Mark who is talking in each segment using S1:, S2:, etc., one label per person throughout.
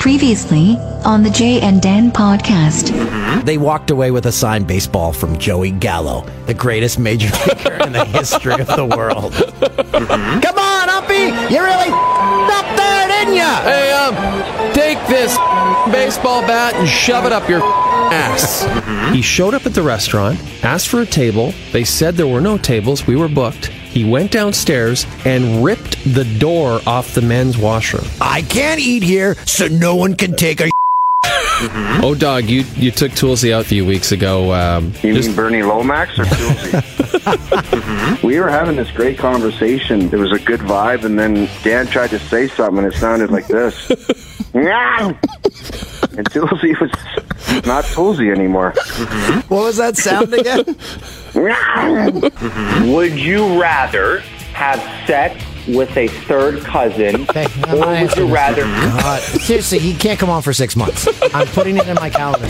S1: Previously on the Jay and Dan podcast.
S2: They walked away with a signed baseball from Joey Gallo, the greatest major leaguer in the history of the world. Come on, Uppy! You really up there, didn't you?
S3: Hey, um, take this baseball bat and shove it up your ass. he showed up at the restaurant, asked for a table. They said there were no tables. We were booked. He went downstairs and ripped the door off the men's washroom.
S2: I can't eat here, so no one can take a.
S3: Oh, dog, you, you took Toolsy out a few weeks ago. Um,
S4: You
S3: just-
S4: mean Bernie Lomax or Mm-hmm. Toolsy? we were having this great conversation. There was a good vibe, and then Dan tried to say something, and it sounded like this. Nyah! and Toolsy was not Toolsy anymore.
S2: What was that sound again?
S4: Nyah!
S5: Would you rather have sex with a third cousin,
S6: Okay, I'm not
S5: or would
S6: answering
S5: you
S6: this.
S5: rather?
S2: God.
S6: Seriously, he can't come on for six months. I'm putting it in my calendar.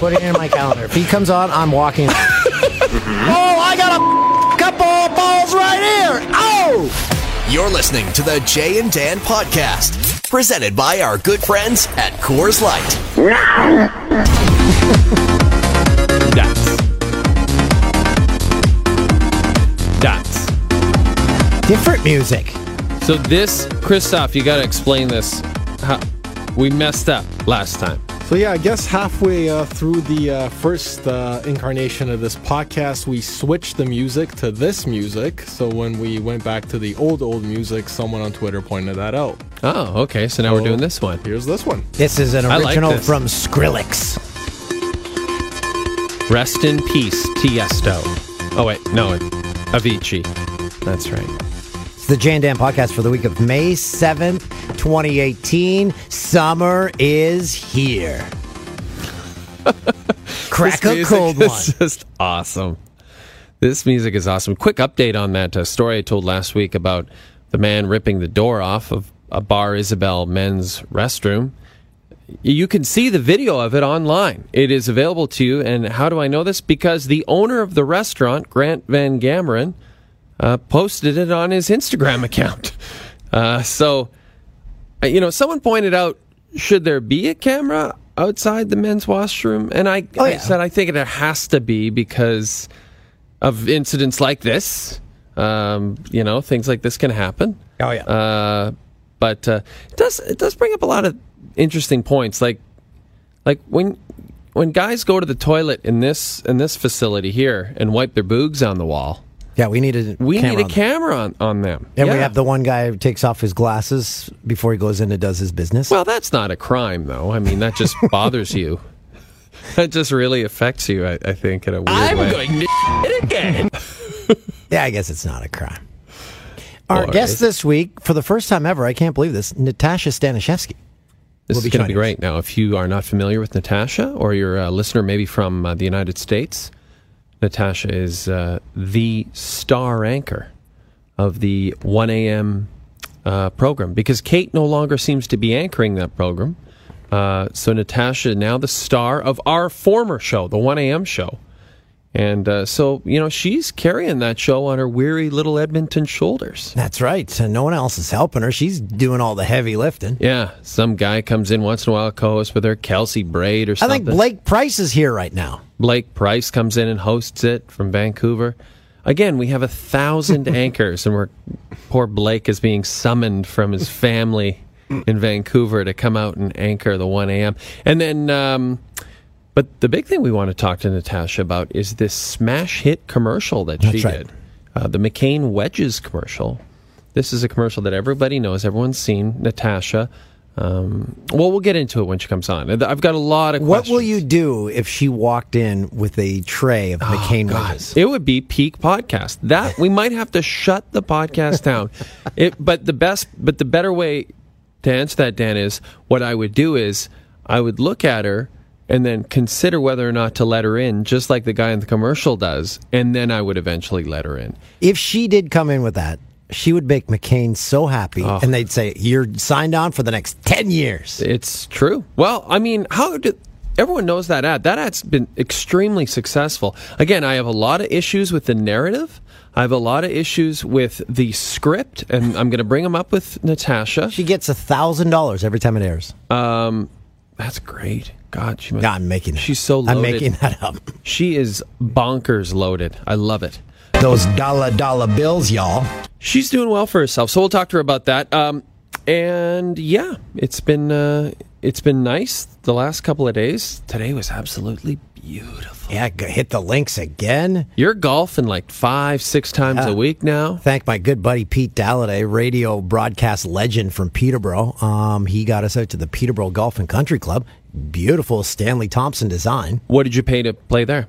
S6: Putting it in my calendar. If he comes on, I'm walking.
S2: Oh, I got a couple of balls right here. Oh!
S7: You're listening to the Jay and Dan podcast, presented by our good friends at Coors Light.
S3: Dots. Dots.
S6: Different music.
S3: So this, Christoph, you got to explain this. How, we messed up last time.
S8: So yeah, I guess halfway uh, through the uh, first uh, incarnation of this podcast, we switched the music to this music. So when we went back to the old old music, someone on Twitter pointed that out.
S3: Oh, okay. So now we're doing this one.
S8: Here's this one.
S6: This is an
S3: I like
S6: original
S3: this.
S6: from Skrillex.
S3: Rest in peace, Tiesto. Oh wait, no, Avicii. That's right.
S6: It's the Jan Dan podcast for the week of May 7th, 2018. Summer is here. Crack a cold
S3: is
S6: one.
S3: just awesome. This music is awesome. Quick update on that uh, story I told last week about the man ripping the door off of a Bar Isabel men's restroom. You can see the video of it online. It is available to you. And how do I know this? Because the owner of the restaurant, Grant Van Gameren, uh, posted it on his Instagram account. Uh, so, uh, you know, someone pointed out, should there be a camera outside the men's washroom? And I, I
S6: Oh, yeah.
S3: said, I think it has to be because of incidents like this. Um, you know, things like this can happen.
S6: Oh, yeah.
S3: Uh, but uh, it does it does bring up a lot of interesting points, like like when when guys go to the toilet in this in this facility here and wipe their boogs on the wall.
S6: yeah, we need a
S3: We
S6: camera
S3: need a
S6: on that.
S3: camera on, on them.
S6: And we
S3: Yeah.
S6: have the one guy who takes off his glasses before he goes in and does his business.
S3: Well, that's not a crime, though. I mean, that just bothers you. That just really affects you, I, I think, in a weird way.
S6: yeah, I guess it's not a crime. Our
S3: Or
S6: guest
S3: is-
S6: this week, for the first time ever, I can't believe this, Natasha Stanishevsky.
S3: this is
S6: will be
S3: going to be
S6: joining
S3: great.
S6: us.
S3: Now, if you are not familiar with Natasha, or you're a listener maybe from uh, the United States, Natasha is uh, the star anchor of the 1 a.m. Uh, program because Kate no longer seems to be anchoring that program. Uh, so Natasha now the star of our former show, the 1 a.m. show. And uh, so, you know, she's carrying that show on her weary little Edmonton shoulders.
S6: That's right. And no one else is helping her. She's doing all the heavy lifting.
S3: Yeah, some guy comes in once in a while, co-hosts with her, Kelsey Braid or
S6: I
S3: something.
S6: think Blake Price is here right now.
S3: Blake Price comes in and hosts it from Vancouver. Again, we have a thousand anchors, and we're poor Blake is being summoned from his family in Vancouver to come out and anchor the 1 a.m. And then, um, but the big thing we want to talk to Natasha about is this smash hit commercial that she
S6: That's right.
S3: did, uh, the McCain Wedges commercial. This is a commercial that everybody knows, everyone's seen. Natasha. Um, well, we'll get into it when she comes on. And I've got a lot of
S6: What
S3: questions. Oh,
S6: will you do if she walked in with a tray of McCain wedges?
S3: It would be peak podcast. That we might have to shut the podcast down. It, but the best, but the better way to answer that, Dan, is what I would do is I would look at her and then consider whether or not to let her in, just like the guy in the commercial does, and then I would eventually let her in.
S6: If she did come in with that, she would make McCain so happy,
S3: Oh.
S6: and they'd say, "You're signed on for the next ten years."
S3: It's true. Well, I mean, how did everyone knows that ad? That ad's been extremely successful. Again, I have a lot of issues with the narrative. I have a lot of issues with the script, and I'm going to bring them up with Natasha.
S6: She gets a thousand dollars every time it airs.
S3: That's great. God, she must.
S6: no, I'm making. That.
S3: She's so loaded.
S6: I'm making that up.
S3: She is bonkers loaded. I love it.
S6: Those dollar dollar bills, y'all.
S3: She's doing well for herself, so we'll talk to her about that. Um, and yeah, it's been uh, it's been nice the last couple of days. Today was absolutely beautiful.
S6: Yeah, g- hit the links again.
S3: You're golfing like five, six times a week now.
S6: Thank my good buddy Pete Dalladay, radio broadcast legend from Peterborough. Um, he got us out to the Peterborough Golf and Country Club. Beautiful Stanley Thompson design.
S3: What did you pay to play there?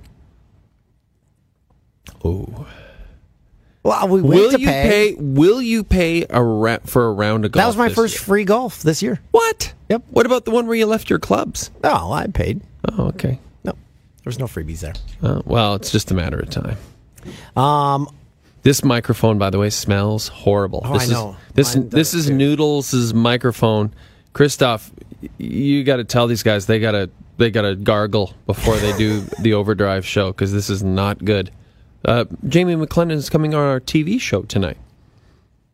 S6: Well, we
S3: will
S6: went to
S3: you pay. Will you pay a ra- for a round of golf?
S6: That was my
S3: this
S6: first
S3: year?
S6: free golf this year.
S3: What?
S6: Yep.
S3: What about the one where you left your clubs?
S6: No, I paid.
S3: Oh, okay.
S6: No, there was no freebies there.
S3: Uh, well, it's just a matter of time. Um, this microphone, by the way, smells horrible.
S6: Um, Oh,
S3: this
S6: I
S3: is,
S6: know.
S3: This
S6: Mine
S3: this
S6: does,
S3: is
S6: too.
S3: Noodles' microphone. Christoph, y- you got to tell these guys they got to they got to gargle before they do the overdrive show because this is not good. Uh, Jamie McLennan is coming on our TV show tonight.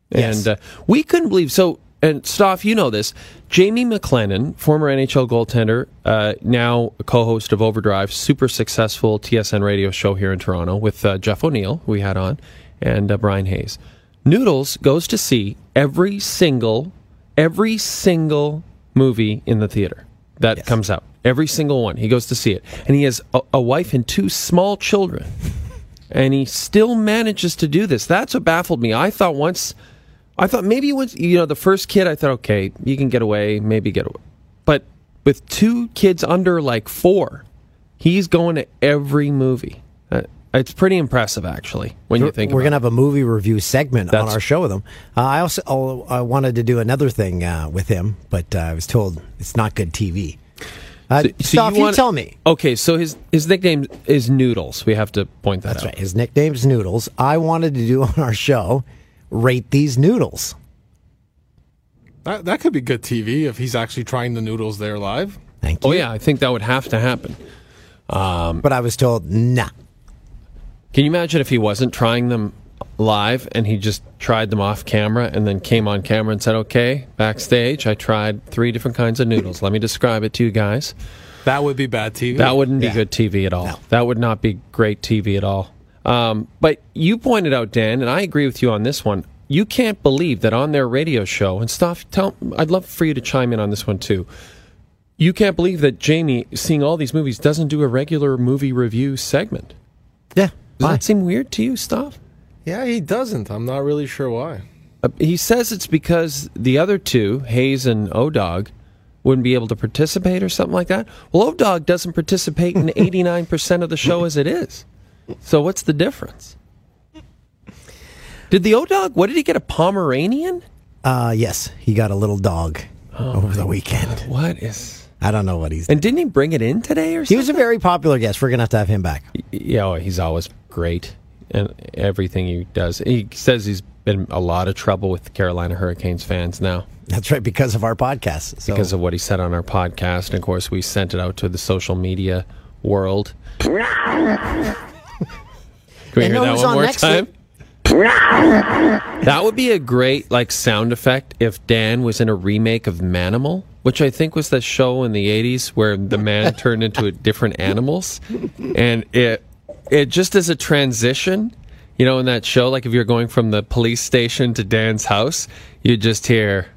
S6: Yes.
S3: And uh, we couldn't believe so. And Stoff, you know this. Jamie McLennan, former NHL goaltender, uh, now a co-host of Overdrive, super successful TSN radio show here in Toronto with uh, Jeff O'Neill, who we had on, and uh, Brian Hayes. Noodles goes to see every single, every single movie in the theater that comes out. Every single one, he goes to see it, and he has a, a wife and two small children, and he still manages to do this. That's what baffled me. I thought once. I thought maybe once you know the first kid, I thought okay, you can get away, maybe get away, but with two kids under like four, he's going to every movie. Uh, it's pretty impressive actually when you think
S6: we're
S3: about
S6: gonna have a movie review segment on
S3: That's-
S6: our show with him. Uh, I also oh, I wanted to do another thing uh, with him, but uh, I was told it's not good TV. Uh,
S3: it.
S6: Stoff, you,
S3: wanna-
S6: tell me.
S3: Okay, so his his nickname is Noodles. We have to point that
S6: That's
S3: out.
S6: right. His nickname's Noodles. I wanted to do on our show rate these noodles.
S8: That, that could be good TV if he's actually trying the noodles there live.
S6: Thank you.
S3: Oh yeah, I think that would have to happen.
S6: But I was told nah.
S3: Can you imagine if he wasn't trying them live and he just tried them off camera and then came on camera and said, "Okay, backstage, I tried three different kinds of noodles. Let me describe it to you guys."
S8: That would be bad TV.
S3: That wouldn't be
S6: Yeah.
S3: good TV at all.
S6: No.
S3: That would not be great TV at all. Um, but you pointed out, Dan, and I agree with you on this one. You can't believe that on their radio show and stuff. Tell, I'd love for you to chime in on this one too. You can't believe that Jamie, seeing all these movies, doesn't do a regular movie review segment.
S6: Yeah.
S3: Does
S6: Why?
S3: that seem weird to you, Stuff?
S8: Yeah, he doesn't. I'm not really sure why.
S3: Uh, he says it's because the other two, Hayes and Odog, wouldn't be able to participate or something like that. Well, Odog doesn't participate in 89% of the show as it is. So what's the difference? Did the Odog, what did he get, a Pomeranian?
S6: Uh, yes, he got a little dog over the weekend.
S3: What is.
S6: I don't know what he's.
S3: And didn't he bring it in today or something?
S6: He was a very popular guest. We're gonna have to have him back.
S3: yeah, well, he's always great and everything he does. He says he's been in a lot of trouble with the Carolina Hurricanes fans now.
S6: That's right, because of our podcast. So
S3: because of what he said on our podcast. And of course, we sent it out to the social media world. Can we
S6: And
S3: hear
S6: know
S3: that
S6: who's
S3: one
S6: on
S3: more
S6: next
S3: time? that would be a great like sound effect if Dan was in a remake of Manimal, which I think was the show in the '80s where the man turned into a different animals, and it it just as a transition. You know, in that show, like if you're going from the police station to Dan's house, you just hear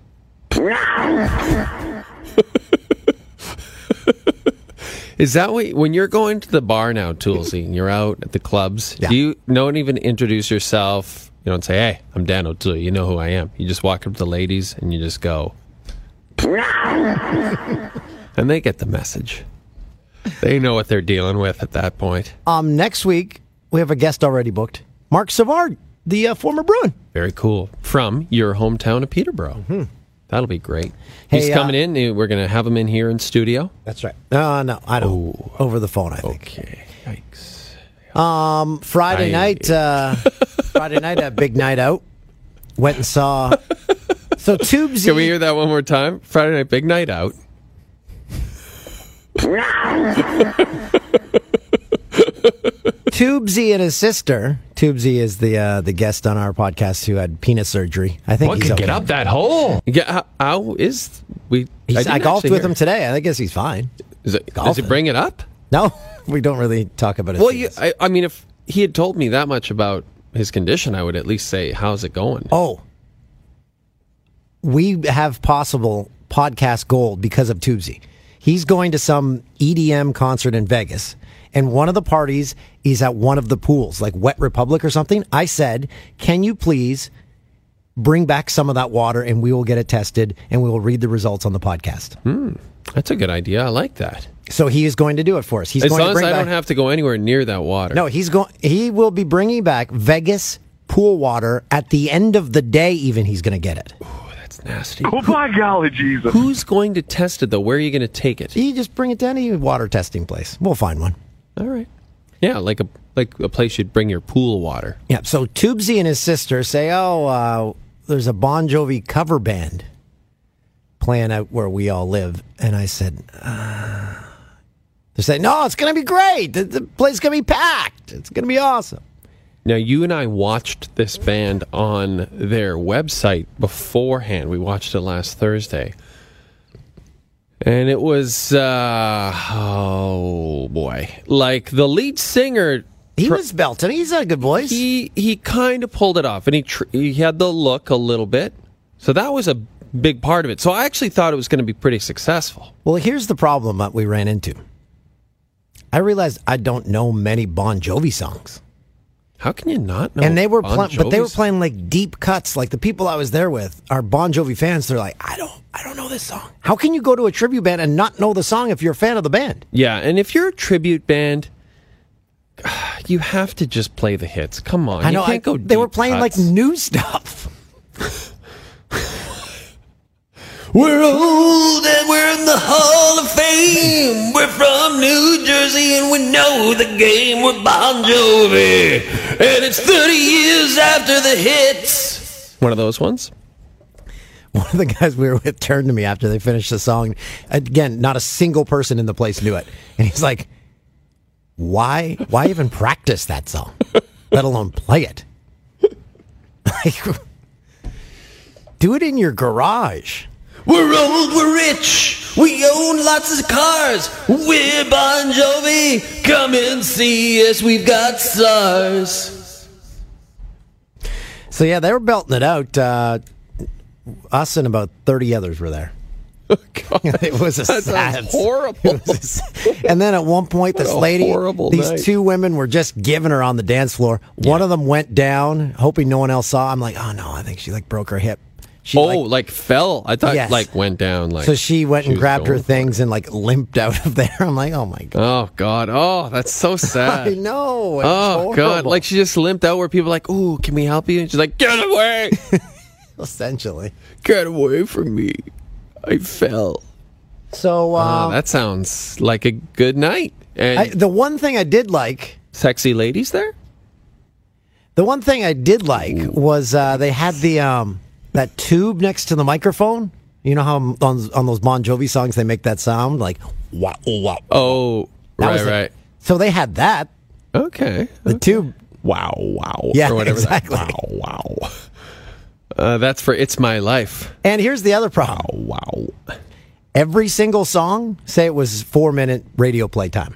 S3: Is that what when you're going to the bar now, Toolsy, and you're out at the clubs?
S6: Yeah.
S3: Do you no one even introduce yourself? You don't say, "Hey, I'm Dan O'Toole." You know who I am. You just walk up to the ladies and you just go, and they get the message. They know what they're dealing with at that point.
S6: um, next week we have a guest already booked, Mark Savard, the uh, former Bruin.
S3: Very cool. From your hometown of Peterborough. That'll be great. He's
S6: Mm-hmm. Hey, uh,
S3: coming in. We're going to have him in here in studio.
S6: That's right. Uh, no, I don't. Over the phone, I think.
S3: Okay. Yikes.
S6: Friday
S3: I-
S6: night. Uh, Friday night, a big night out. Went and saw. So Tubesy.
S3: Can we hear that one more time? Friday night, big night out.
S6: Tubesy and his sister. Tubesy is the uh, the guest on our podcast who had penis surgery. I think
S9: What
S6: he's
S9: could
S6: okay.
S9: get up that hole?
S3: Yeah, how, how is we?
S6: He's- I,
S3: didn't
S6: golfed
S3: actually
S6: with
S3: hear.
S6: him today. I guess he's fine.
S3: Is it, does
S6: Golfing.
S3: it bring it up?
S6: No, we don't really talk about his
S3: Well, you,
S6: penis.
S3: I, I mean, if he had told me that much about his condition, I would at least say, "How's it going?"
S6: oh, we have possible podcast gold because of Tubesy. He's going to some EDM concert in Vegas, and one of the parties is at one of the pools, like Wet Republic or something. I said, "Can you please bring back some of that water, and we will get it tested, and we will read the results on the podcast."
S3: That's a good idea. I like that.
S6: So he is going to do it for us. He's
S3: As
S6: going
S3: long
S6: to
S3: as
S6: bring
S3: I
S6: back.
S3: don't have to go anywhere near that water.
S6: No, he's going. He will be bringing back Vegas pool water at the end of the day. Even he's going to get it.
S3: that's nasty.
S4: Oh my golly, Jesus!
S3: Who's going to test it though? Where are you going to take it?
S6: You just bring it to any water testing place. We'll find one.
S3: All right. Yeah, like a like a place you'd bring your pool water.
S6: Yeah. So Tubesy and his sister say, "Oh, uh, there's a Bon Jovi cover band playing out where we all live," and I said, uh, "They say, no, it's going to be great. The, the place is going to be packed. It's going to be awesome."
S3: Now, you and I watched this band on their website beforehand. We watched it last Thursday. And it was, uh, oh boy. Like the lead singer,
S6: He was belting. He's got a good voice.
S3: he, he kind of pulled it off and he, tr- he had the look a little bit. So that was a big part of it. So I actually thought it was going to be pretty successful.
S6: Well, here's the problem that we ran into. I realized I don't know many Bon Jovi songs,
S3: How can you not know?
S6: and they were
S3: Bon
S6: playing, but they were
S3: Jovi's-
S6: playing like deep cuts. Like the people I was there with are Bon Jovi fans. They're like, I don't, I don't know this song. How can you go to a tribute band and not know the song if you're a fan of the band?
S3: Yeah, and if you're a tribute band, you have to just play the hits. Come on,
S6: I know.
S3: You can't
S6: I,
S3: go
S6: they were
S3: deep
S6: playing
S3: cuts.
S6: like new stuff.
S3: We're old and we're in the Hall of Fame. We're from New Jersey and we know the game. We're Bon Jovi, and it's 30 years after the hits. One of those ones.
S6: One of the guys we were with turned to me after they finished the song. Again, not a single person in the place knew it, and he's like, "Why? Why even practice that song? Let alone play it? Like, do it in your garage."
S3: We're old, we're rich, we own lots of cars. We're Bon Jovi. Come and see us. We've got stars.
S6: So yeah, they were belting it out. Uh, us and about thirty others were there. It was a
S3: That sounds
S6: sad,
S3: horrible.
S6: and then at one point, this
S3: a
S6: lady,
S3: horrible
S6: these
S3: night.
S6: two women were just giving her on the dance floor. One of them went down, hoping no one else saw. I'm like, oh no, I think she like broke her hip. She,
S3: oh,
S6: like-
S3: like, fell. I thought
S6: Yes.
S3: like went down. Like
S6: so she went and
S3: was
S6: grabbed her
S3: going for
S6: things and like limped out of there. I'm like, oh my
S3: it. Oh
S6: god,
S3: God. Oh, that's so sad.
S6: I know. it's
S3: Oh God!
S6: horrible.
S3: Like she just limped out where people were like, "Oh, can we help you?" And she's like, "Get away!
S6: essentially.
S3: Get away from me! I fell."
S6: So
S3: Oh,
S6: uh,
S3: that sounds like a good night. And
S6: I, the one thing I did like.
S3: sexy ladies there.
S6: The one thing I did like was uh, they had the um, that tube next to the microphone. You know how on, on those Bon Jovi songs they make that sound like wow wow.
S3: Oh,
S6: That
S3: right,
S6: was it.
S3: right.
S6: So they had that
S3: Okay.
S6: the tube.
S3: Wow, wow.
S6: Yeah,
S3: or whatever that-
S6: exactly.
S3: Wow, wow. Uh, that's for "It's My Life."
S6: And here's the other problem:
S3: Wow.
S6: every single song, say it was four minute radio play time,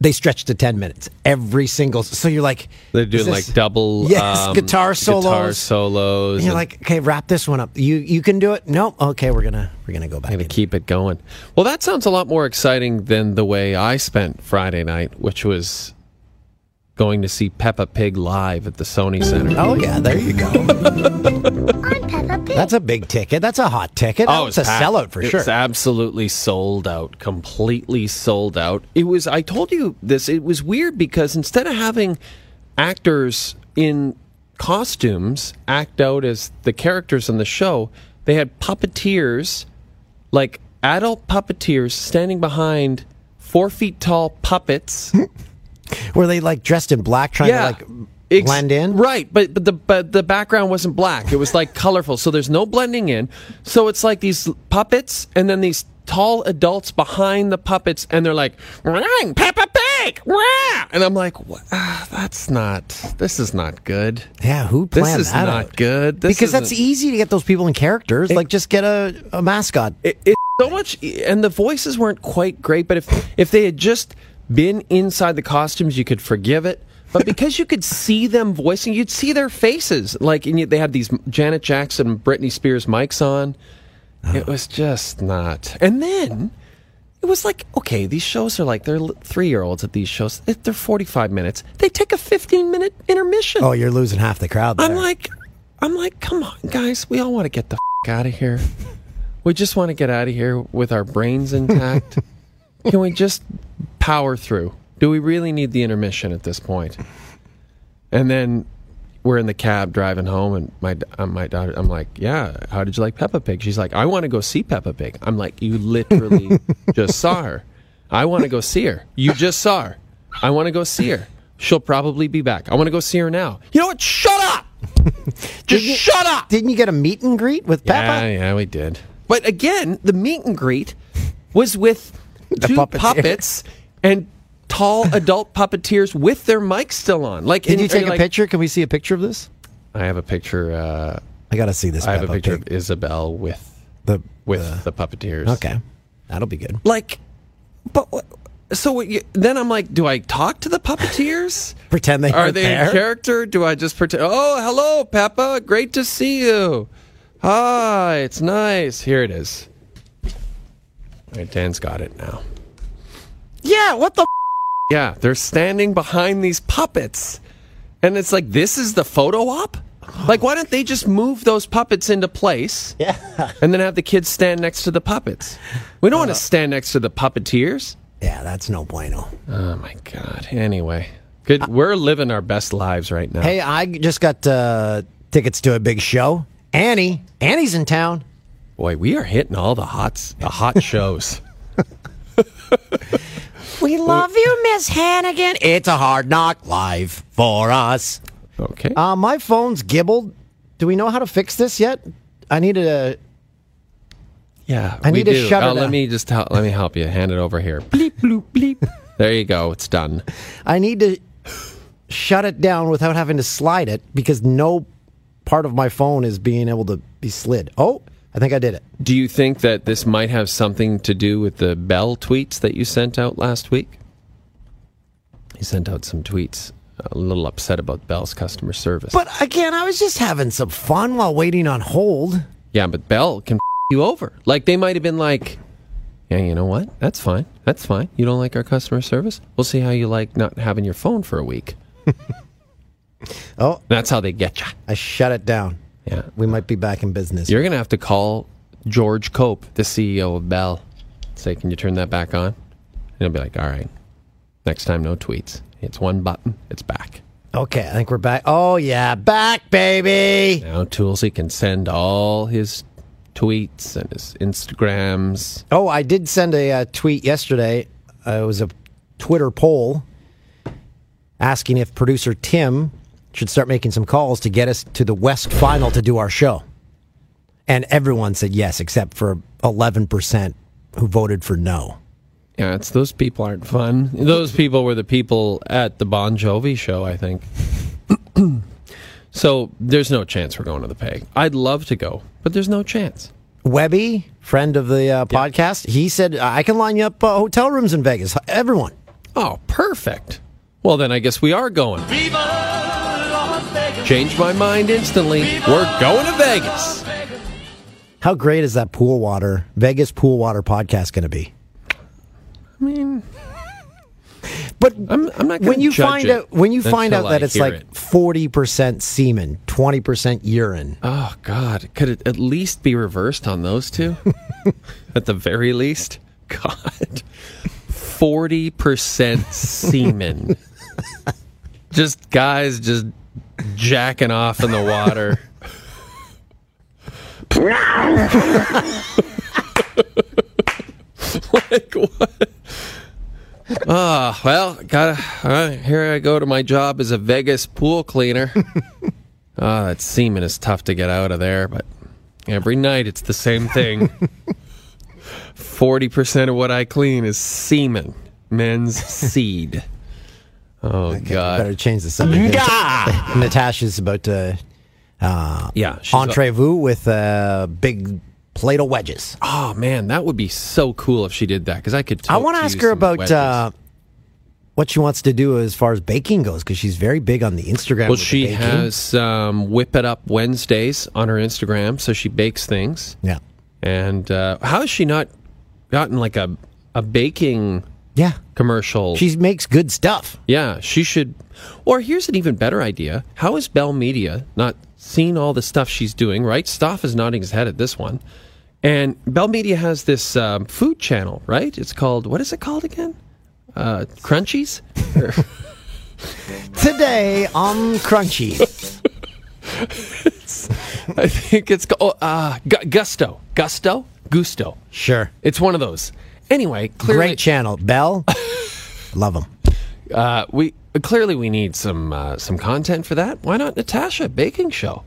S6: they stretched to ten minutes. Every single. So you're like
S3: They're
S6: is
S3: doing
S6: this-
S3: like double
S6: yes
S3: um,
S6: guitar solos.
S3: Guitar solos.
S6: And you're
S3: and-
S6: like, okay, wrap this one up. You you can do it. No, okay, we're gonna we're gonna go back.
S3: to
S6: in.
S3: keep it going. Well, that sounds a lot more exciting than the way I spent Friday night, which was going to see Peppa Pig live at the Sony Center.
S6: Oh yeah, there you go. That's a big ticket. That's a hot ticket.
S3: Oh,
S6: it's a
S3: packed.
S6: sellout for
S3: It
S6: sure.
S3: was absolutely sold out, completely sold out. It was. I told you this. It was weird because instead of having actors in costumes act out as the characters in the show, they had puppeteers, like adult puppeteers, standing behind four feet tall puppets.
S6: Were they like dressed in black, trying to like
S3: Ex-
S6: blend in?
S3: Right, but but the but the background wasn't black. It was like colorful. So there's no blending in. So it's like these puppets and then these tall adults behind the puppets and they're like, "Ring, Peppa dick! Wah! And I'm like, "Wha- ah, that's not, this is not good.
S6: Yeah, who
S3: This
S6: planned
S3: is
S6: that?
S3: not
S6: out?
S3: good. This
S6: because that's
S3: isn't-
S6: easy to get those people in characters. like, just get a, a mascot.
S3: It, it's so much, and the voices weren't quite great. But if if they had just been inside the costumes, you could forgive it. But because you could see them voicing, you'd see their faces. Like, and yet they had these Janet Jackson, and Britney Spears mics on. It was just not. And then it was like, okay, these shows are like they're three year olds at these shows. It- They're forty five minutes. They take a fifteen minute intermission.
S6: Oh, you're losing half the crowd. There.
S3: I'm like, I'm like, come on, guys. We all want to get the f- out of here. We just want to get out of here with our brains intact. Can we just power through? Do we really need the intermission at this point? And then we're in the cab driving home, and my uh, my daughter, I'm like, yeah, how did you like Peppa Pig? She's like, I want to go see Peppa Pig. I'm like, you literally just saw her. I want to go see her. You just saw her. I want to go see her. She'll probably be back. I want to go see her now. You know what? Shut up. Just shut up.
S6: didn't you get a meet and greet with
S3: Yeah,
S6: Peppa?
S3: yeah, we did. But again, the meet and greet was with two
S6: puppeteer.
S3: puppets and tall adult puppeteers with their mics still on. Like,
S6: Did
S3: and
S6: you take
S3: you're
S6: a
S3: like-
S6: picture? Can we see a picture of this?
S3: I have a picture. Uh,
S6: I gotta see this.
S3: I have a
S6: Peppa
S3: picture
S6: Pig.
S3: of Isabel with
S6: the
S3: with the puppeteers.
S6: okay. That'll be good.
S3: Like, but what- so what you, then I'm like, do I talk to the puppeteers?
S6: Pretend they
S3: Are
S6: aren't
S3: they
S6: there.
S3: in character? Do I just pretend? Oh, hello, Peppa. Great to see you. Hi, it's nice. Here it is. All right, Dan's got it now. Yeah, what the? Yeah, they're standing behind these puppets. And it's like, this is the photo op? Like, why don't they just move those puppets into place? Yeah. And then have the kids stand next to the puppets? We don't want to stand next to the puppeteers.
S6: yeah, that's no bueno.
S3: Oh my god. Anyway, good. We're living our best lives right now.
S6: Hey, I just got uh, tickets to a big show. Annie, Annie's in town.
S3: boy, we are hitting all the hot the hot shows.
S6: We love you, Miss Hannigan. It's a hard knock live for us.
S3: Okay.
S6: Uh, my phone's gibbled. Do we know how to fix this yet? I need a.
S3: yeah.
S6: I
S3: we
S6: need to
S3: do.
S6: shut
S3: Oh,
S6: it
S3: let
S6: down.
S3: me just help, let me help you. Hand it over here. Bleep bloop bleep. There you go. It's done.
S6: I need to shut it down without having to slide it because no part of my phone is being able to be slid. Oh, I think I did it.
S3: Do you think that this might have something to do with the Bell tweets that you sent out last week? He sent out some tweets. A little upset about Bell's customer service.
S6: But again, I was just having some fun while waiting on hold.
S3: Yeah, but Bell can you over. Like they might have been like, yeah, you know what? That's fine. That's fine. You don't like our customer service? We'll see how you like not having your phone for a week.
S6: Oh.
S3: that's how they get you.
S6: I shut it down.
S3: Yeah,
S6: We might be back in business.
S3: you're gonna have to call George Cope, the CEO of Bell, say, "Can you turn that back on?" And he'll be like, "All right, next time, no tweets. It's one button. It's back."
S6: okay, I think we're back. Oh yeah, back baby.
S3: Now Toolsy can send all his tweets and his Instagrams.
S6: Oh, I did send a uh, tweet yesterday. Uh, it was a Twitter poll asking if producer Tim should start making some calls to get us to the West Final to do our show. And everyone said yes, except for 11% who voted for no.
S3: Yeah, it's those people aren't fun. Those people were the people at the Bon Jovi show, I think. so there's no chance we're going to the peg. I'd love to go, but there's no chance.
S6: Webby, friend of the uh, podcast, he said, I can line you up uh, hotel rooms in Vegas. Everyone.
S3: Oh, perfect. Well, then I guess we are going. Changed my mind instantly. We're going to Vegas.
S6: How great is that pool water, Vegas pool water podcast going to be?
S3: I mean,
S6: But
S3: I'm, I'm not going
S6: when you find out when you find out that it's like
S3: it.
S6: forty percent semen, twenty percent urine.
S3: oh god, could it at least be reversed on those two? at the very least, God, forty percent semen. just guys, just jacking off in the water. like what? Ah, well, gotta. All right, here I go to my job as a Vegas pool cleaner. Ah, that semen is tough to get out of there, but every night it's the same thing. Forty percent of what I clean is semen. Men's Seed. Oh, God.
S6: Better change the subject. Natasha's about to
S3: Yeah. she's a-
S6: entrevue with a big plate of wedges.
S3: Oh, man. That would be so cool if she did that because I could.
S6: I want to ask her about uh, what she wants to do as far as baking goes because she's very big on the Instagram.
S3: Well,
S6: with the
S3: she
S6: baking.
S3: has um, Whip It Up Wednesdays on her Instagram, so she bakes things.
S6: Yeah.
S3: And uh, how has she not gotten like a a baking
S6: Yeah.
S3: commercial?
S6: She makes good stuff.
S3: yeah, she should. Or here's an even better idea: How is Bell Media not seen all the stuff she's doing? Right, Staff is nodding his head at this one. And Bell Media has this um, food channel, right? It's called what is it called again? Uh, Crunchies.
S6: Today on Crunchy.
S3: I think it's called uh, Gu- Gusto. Gusto. Gusto.
S6: sure.
S3: It's one of those. Anyway, clearly,
S6: Great channel. Bell. Love them.
S3: uh, we clearly we need some uh, some content for that. Why not Natasha baking show?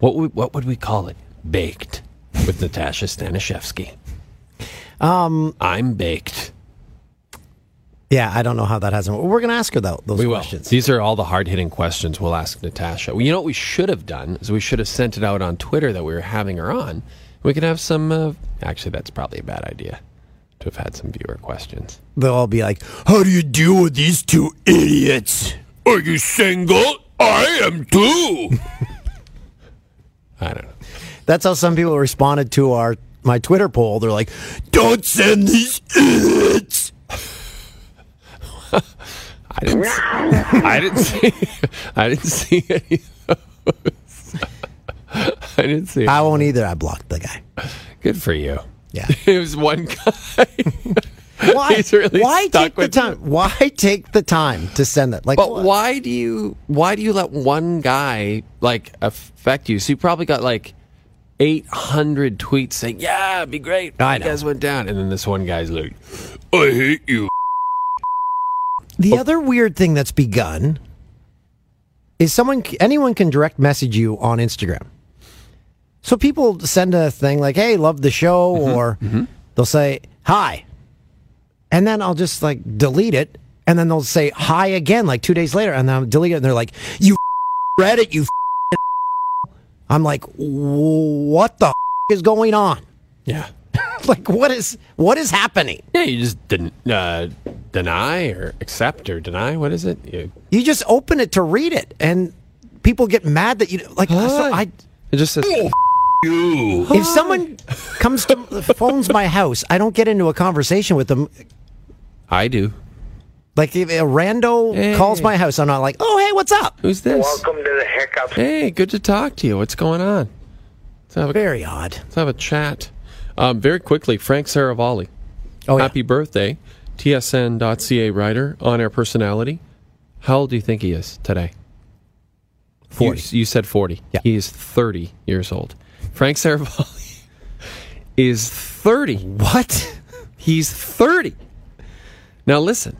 S3: What would what would we call it? Baked with Natasha Stanishevsky. Um, I'm baked.
S6: Yeah, I don't know how that hasn't. We're going to ask her though those
S3: We will.
S6: questions.
S3: These are all the hard hitting questions we'll ask Natasha. Well, you know what we should have done is we should have sent it out on Twitter that we were having her on. We could have some. Uh, actually, that's probably a bad idea to have had some viewer questions.
S6: They'll all be like, "How do you deal with these two idiots?"
S3: Are you single? I am too. I don't know.
S6: That's how some people responded to our my Twitter poll. They're like, "Don't send these idiots."
S3: I didn't. See, I didn't see. I didn't see any of those. I didn't see.
S6: I won't either. I blocked the guy.
S3: Good for you.
S6: Yeah.
S3: It was one guy.
S6: Why?
S3: He's really
S6: why
S3: stuck
S6: take the
S3: with
S6: time? Why take the time to send that? Like,
S3: But
S6: wha-
S3: why do you? Why do you let one guy like affect you? So you probably got like eight hundred tweets saying, "Yeah, it'd be great."
S6: I
S3: You
S6: know.
S3: guys went down, and then this one guy's like, "I hate you."
S6: The other weird thing that's begun is someone, anyone can direct message you on Instagram. So people send a thing like, "Hey, love the show," or they'll say "Hi," and then I'll just like delete it, and then they'll say "Hi" again like two days later, and then I'll delete it, and they're like, "You read it, you." I'm like, "What the is going on?
S3: Yeah.
S6: Like, what is what is happening?"
S3: Yeah, you just den- uh, deny or accept or deny. What is it? You,
S6: You just open it to read it, and people get mad that you like. so I,
S3: it just says,
S6: if someone comes to phones my house, I don't get into a conversation with them.
S3: I do.
S6: Like if a rando
S3: Hey.
S6: calls my house, I'm not like, oh hey, what's up?
S3: Who's this?
S5: to the hiccups.
S3: Hey, good to talk to you. What's going on? Let's have a,
S6: Very odd.
S3: let's have a chat. Um, very quickly, Frank Saravalli.
S6: Oh yeah.
S3: Happy birthday. TSN.ca writer, on air personality. How old do you think he is today?
S6: 40.
S3: You, you said 40.
S6: Yeah.
S3: He is 30 years old. Frank Saravalli is 30.
S6: What?
S3: He's 30. Now listen.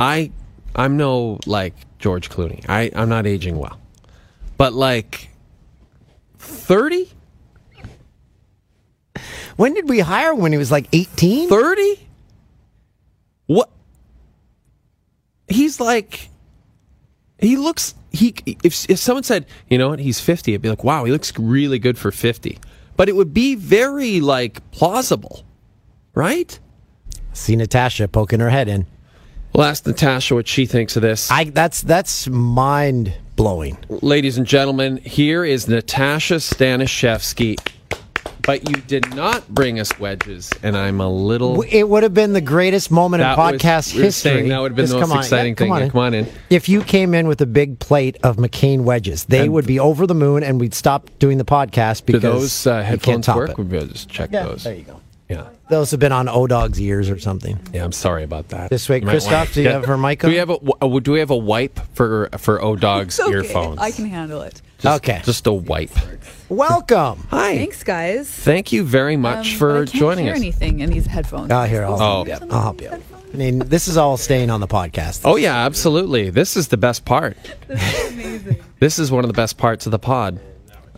S3: I I'm no like George Clooney. I I'm not aging well. But like 30?
S6: When did we hire him? when he was like 18?
S3: 30? What? He's like he looks he if if someone said, "You know what? He's 50." I'd be like, "Wow, he looks really good for 50." But it would be very like plausible. Right?
S6: See Natasha poking her head in.
S3: We'll ask Natasha what she thinks of this.
S6: I that's that's mind blowing.
S3: Ladies and gentlemen, here is Natasha Stanishevsky. But you did not bring us wedges, and I'm a little.
S6: It would have been the greatest moment
S3: That
S6: in
S3: was-
S6: podcast
S3: we were
S6: history.
S3: saying that would have been the
S6: Just
S3: most exciting
S6: come
S3: thing. Yeah,
S6: in.
S3: come on in.
S6: If you came in with a big plate of McCain wedges, they would be over the moon, and we'd stop doing the podcast
S3: do
S6: because
S3: those uh,
S6: you can't
S3: headphones
S6: top
S3: work?
S6: it.
S3: We'll be able to just check
S6: Yeah,
S3: those.
S6: there you go.
S3: Yeah,
S6: Those have been on O Dog's ears or something.
S3: yeah. I'm sorry about that.
S6: This way,
S3: You might wanna
S6: Christoph, do you
S3: get-
S6: have her mic
S3: Do we
S6: on?
S3: have a w- do we have a wipe for for O Dog's
S9: It's okay.
S3: earphones?
S9: I can handle it.
S6: okay.
S3: Just a wipe.
S6: Welcome.
S3: Hi.
S9: Thanks, guys.
S3: Thank you very much
S9: Um, but
S3: for
S9: I can't
S3: joining
S9: hear
S3: us.
S9: anything in these headphones.
S6: Oh, here, I'll,
S3: Oh.
S9: There's something
S6: I'll help
S9: in
S6: you.
S9: these
S6: I mean, this is all staying on the podcast.
S3: Oh yeah, absolutely. This is the best part.
S9: headphones. Amazing.
S3: This is one of the best parts of the pod.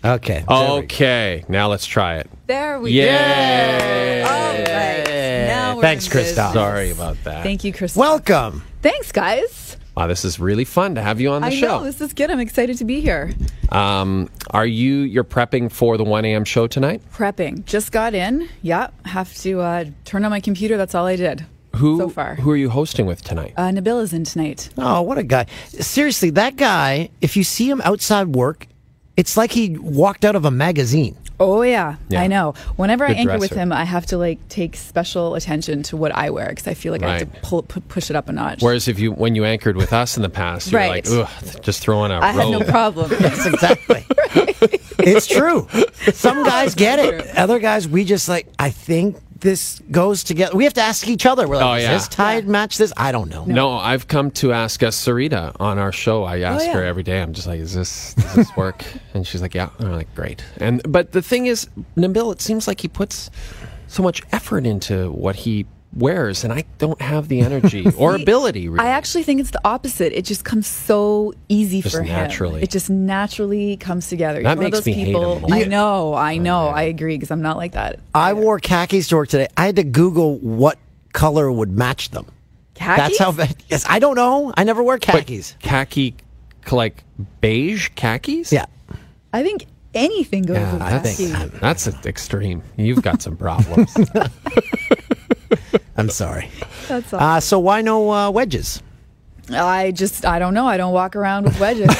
S3: Oh.
S6: Okay.
S3: Okay, now let's try it.
S9: There we
S3: Yay!
S9: go. All right. Now we're
S6: Thanks, Christoph.
S9: business.
S3: Sorry about that.
S9: Thank you, Chris.
S6: Welcome.
S9: thanks, guys.
S3: Wow, this is really fun to have you on the
S9: I
S3: show.
S9: know this is good. I'm excited to be here.
S3: Um, are you you're prepping for the 1 a.m. show tonight?
S9: Prepping. Just got in. Yeah, have to uh, turn on my computer. That's all I did.
S3: Who
S9: so far?
S3: who are you hosting with tonight?
S9: uh, Nabil is in tonight.
S6: Oh, what a guy. Seriously, that guy, if you see him outside work, it's like he walked out of a magazine.
S9: Oh yeah, I know. Whenever
S3: Good
S9: I anchor with
S3: dresser.
S9: him, I have to like take special attention to what I wear because I feel like I have to
S3: Right.
S9: pull, pu- push it up a notch.
S3: Whereas if you when you anchored with us in the past, you're
S9: Right.
S3: like, Ugh, just throwing out
S9: I had no problem.
S6: That's exactly. it's true. Some guys get it. Other guys, we just like, I think this goes together. We have to ask each other. We're like,
S3: Oh,
S6: does
S3: yeah.
S6: this tide match this? I don't know.
S3: No, I've come to ask us Sarita on our show. I ask
S9: Oh, yeah.
S3: her every day. I'm just like, is this does this work? and she's like, yeah. And I'm like, great. And but the thing is, Nabil, it seems like he puts so much effort into what he wears, and I don't have the energy or ability. Really.
S9: I actually think it's the opposite. It just comes so easy
S3: Just
S9: for him.
S3: naturally.
S9: It just naturally comes together.
S3: That
S9: He's one of
S3: makes
S9: those
S3: me hate him
S9: people.
S3: more.
S9: I know. I know. I agree because I'm not like that.
S6: I wore khakis to work today. I had to Google what color would match them.
S9: Khakis?
S6: That's how. bad- Yes, I don't know. I never wear
S3: But
S6: khakis.
S3: khaki, like beige khakis.
S6: yeah.
S9: I think anything goes
S3: Yeah,
S9: with
S3: that's,
S9: khakis.
S3: that's an extreme. You've got some problems.
S6: I'm sorry.
S9: That's all.
S6: Uh, so why no uh, wedges?
S9: I just I don't know. I don't walk around with wedges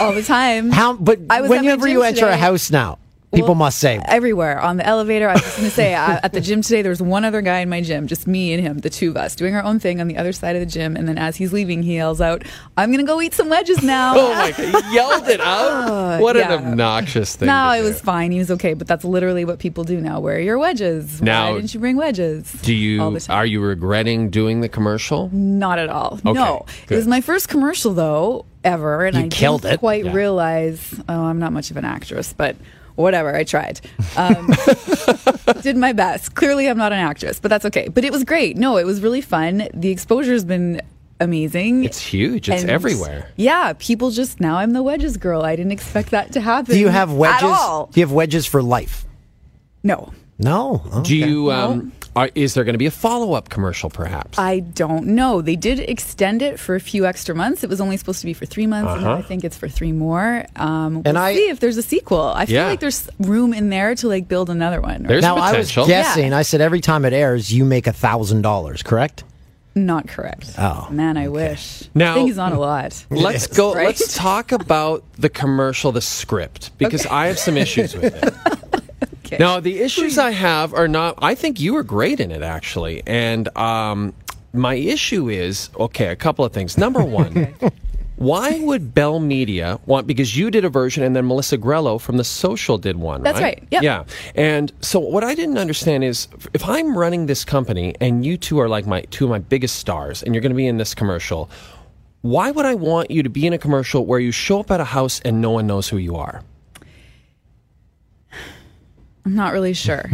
S9: all the time.
S6: How? But
S9: I was at my
S6: whenever
S9: gym
S6: you enter a
S9: today.
S6: house now, people
S9: Well,
S6: must say,
S9: everywhere on the elevator. I was just gonna say I, at the gym today, there was one other guy in my gym, just me and him, the two of us, doing our own thing on the other side of the gym. And then as he's leaving, he yells out, "I'm gonna go eat some wedges now."
S3: oh my god! he Yelled it out. what
S9: Oh, yeah.
S3: an obnoxious thing.
S9: no,
S3: to
S9: it
S3: do.
S9: was fine. He was okay, but that's literally what people do now. Where are your wedges?
S3: Now-
S9: Why didn't you bring wedges?
S3: Do
S9: All
S3: you
S9: the time.
S3: are you regretting doing the commercial?
S9: Not at all. no,
S3: good.
S9: it was my first commercial though ever, and
S6: You
S9: I
S6: killed
S9: didn't
S6: it.
S9: quite
S3: Yeah.
S9: realize. Oh, I'm not much of an actress, but whatever. I tried. Um, did my best. Clearly, I'm not an actress, but that's okay. But it was great. No, it was really fun. The exposure's been amazing.
S3: It's huge. It's
S9: And
S3: everywhere.
S9: Yeah, people just now. I'm the wedges girl. I didn't expect that to happen.
S6: "Do you have wedges?
S9: at all?
S6: Do you have wedges for life?"
S9: No,
S6: No.
S3: Do you? Um, are, is there going to be a follow up commercial? Perhaps.
S9: I don't know. They did extend it for a few extra months. It was only supposed to be for three months, and now
S3: Uh-huh.
S9: I think it's for three more. Um, we'll
S6: And I-
S9: see if there's a sequel. I feel
S3: Yeah.
S9: like there's room in there to like build another one.
S3: There's
S6: Now
S3: potential.
S6: I was guessing. I said every time it airs, you make a thousand dollars, correct?
S9: Not correct.
S6: Oh,
S9: man, I wish.
S3: Now-
S9: I think he's on a lot.
S3: Let's go.
S9: Right?
S3: Let's talk about the commercial, the script, because I have some issues with it.
S9: Okay.
S3: Now, the issues I have are not. I think you were great in it, actually. And um, my issue is okay. A couple of things. Number one, why would Bell Media want? Because you did a version, and then Melissa Grello from The Social did one.
S9: That's
S3: right.
S9: right, yep.
S3: Yeah. And so what I didn't understand is f- if I'm running this company, and you two are like my two of my biggest stars, and you're going to be in this commercial. Why would I want you to be in a commercial where you show up at a house and no one knows who you are?
S9: I'm not really sure.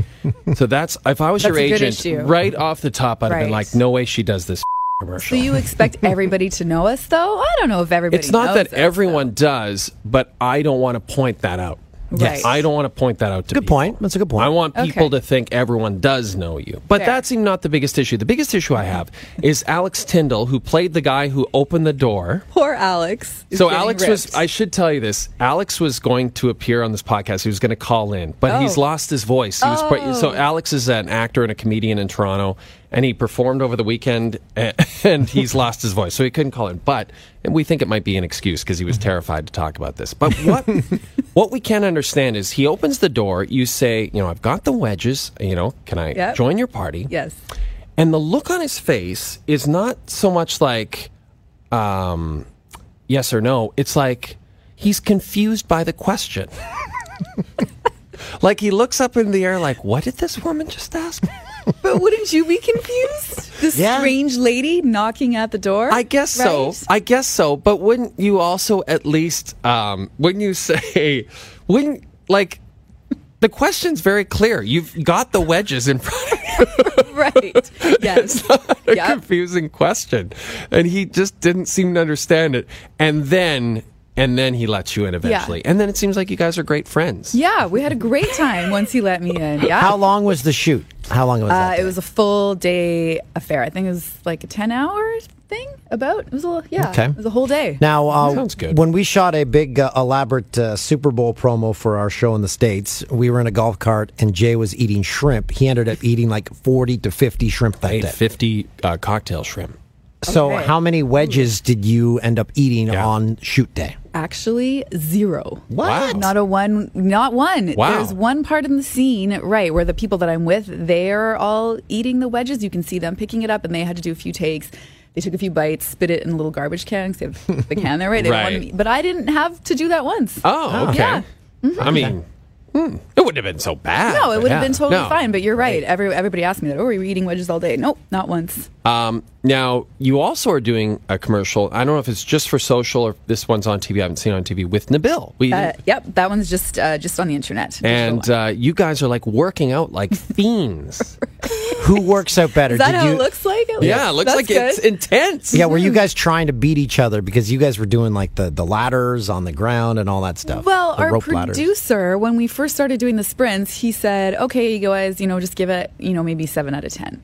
S3: So that's if I was
S9: That's
S3: your
S9: a good
S3: agent,
S9: issue.
S3: right off the top, I'd have been
S9: Right.
S3: like, "No way, she does this
S9: Do
S3: commercial."
S9: you expect everybody to know us though? I don't know if everybody.
S3: it's not
S9: knows
S3: that
S9: us,
S3: everyone does, but I don't want to point that out.
S9: Yes.
S3: I don't want to point that out to.
S6: Good
S3: people.
S6: point. That's a good point.
S3: I want
S9: Okay.
S3: people to think everyone does know you, but
S9: Fair.
S3: that's not the biggest issue. The biggest issue I have is Alex Tyndall, who played the guy who opened the door.
S9: Poor Alex. is
S3: So
S9: getting
S3: Alex was.
S9: ripped.
S3: I should tell you this. Alex was going to appear on this podcast. He was going to call in, but he's
S9: Oh.
S3: lost his voice. He was pre- so Alex is an actor and a comedian in Toronto, and he performed over the weekend, a- and he's lost his voice, so he couldn't call in. But and we think it might be an excuse because he was
S9: Mm-hmm.
S3: terrified to talk about this. But what what we can understand is he opens the door. You say, you know, I've got the wedges. You know, can I
S9: Yep.
S3: join your party?
S9: yes.
S3: And the look on his face is not so much like um, yes or no. It's like he's confused by the question. like he looks up in the air like, what did this woman just ask? me?"
S9: But wouldn't you be confused? This
S6: Yeah.
S9: strange lady knocking at the door.
S3: I guess so.
S9: right?
S3: I guess so. But wouldn't you also at least um, wouldn't you say wouldn't like the question's very clear. You've got the wedges in front of you.
S9: right. Yes.
S3: a
S9: Yep.
S3: confusing question. And he just didn't seem to understand it. And then and then he lets you in eventually, and then it seems like you guys are great friends.
S9: Yeah, we had a great time once he let me in. Yeah.
S6: How long was the shoot? How long was
S9: Uh,
S6: that?
S9: it was a full day affair. I think it was like a 10 hour thing about. It was a little, yeah.
S6: Okay.
S9: It was a whole day.
S6: Now, uh,
S3: Sounds good.
S6: when we shot a big uh, elaborate uh, Super Bowl promo for our show in the States, we were in a golf cart and Jay was eating shrimp. He ended up eating like 40 to 50 shrimp that
S3: I ate
S6: day.
S3: fifty uh, cocktail shrimp.
S6: So,
S9: Okay.
S6: how many wedges did you end up eating
S3: Yeah.
S6: on shoot day?
S9: Actually, zero.
S3: Wow.
S9: Not a one, not one.
S3: Wow.
S9: There's one part in the scene, right, where the people that I'm with, they're all eating the wedges. You can see them picking it up, and they had to do a few takes. They took a few bites, spit it in a little garbage can 'cause they have the can there, right? They don't want
S3: Right.
S9: them to eat. But I didn't have to do that once.
S3: Oh, okay.
S9: Yeah. Mm-hmm.
S3: I mean, hmm, it wouldn't have been so bad.
S9: No, it would have
S3: Yeah.
S9: been totally
S3: No.
S9: fine. But you're right. Every, everybody asked me that. Oh, were you eating wedges all day? Nope, not once.
S3: Um, now, you also are doing a commercial. I don't know if it's just for social or if this one's on TV. I haven't seen it on TV with Nabil. We,
S9: Uh, yep, that one's just uh, just on the internet. Digital
S3: Mm-hmm. and
S9: one.
S3: uh, you guys are like working out like fiends.
S6: Who works out better?
S9: is that
S6: Did
S9: how
S6: you-
S9: it looks like? At
S3: yeah,
S9: least?
S3: it looks
S9: That's
S3: like it's
S9: good.
S3: intense.
S6: Yeah, were you
S9: Hmm.
S6: guys trying to beat each other because you guys were doing like the, the ladders on the ground and all that stuff?
S9: Well,
S6: the
S9: our
S6: rope ladders.
S9: producer, when we first started doing the sprints, he said, "Okay, you guys, you know, just give it, you know, maybe seven out of 10.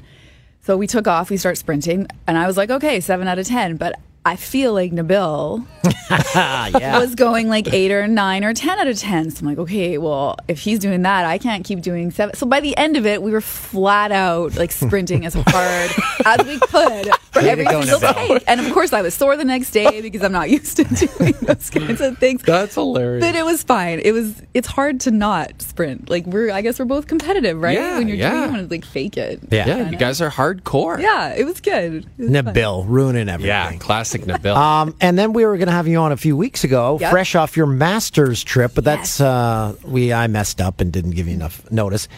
S9: So we took off, we start sprinting, and I was like, "Okay, seven out of ten. But I feel like Nabil was going like eight or nine or ten out of ten. So I'm like, okay, well, if he's doing that, I can't keep doing seven. So by the end of it, we were flat out like sprinting as hard as we could for every
S6: go,
S9: single
S6: Nabil.
S9: take. And of course, I was sore the next day because I'm not used to doing those kinds of things.
S3: That's hilarious.
S9: But it was fine. It was. It's hard to not sprint. Like we're. I guess we're both competitive, right?
S3: Yeah,
S9: when you're
S3: yeah.
S9: doing, you want to like fake it.
S6: Yeah.
S3: yeah, you guys are hardcore.
S9: Yeah. It was good. It was fun.
S6: Nabil ruining everything.
S3: Yeah, classic Nabil.
S9: Uh,
S6: Um, and then we were going to have you on a few weeks ago,
S9: Yep.
S6: fresh off your master's trip, but that's
S9: Yes.
S6: uh, we I messed up and didn't give you enough notice.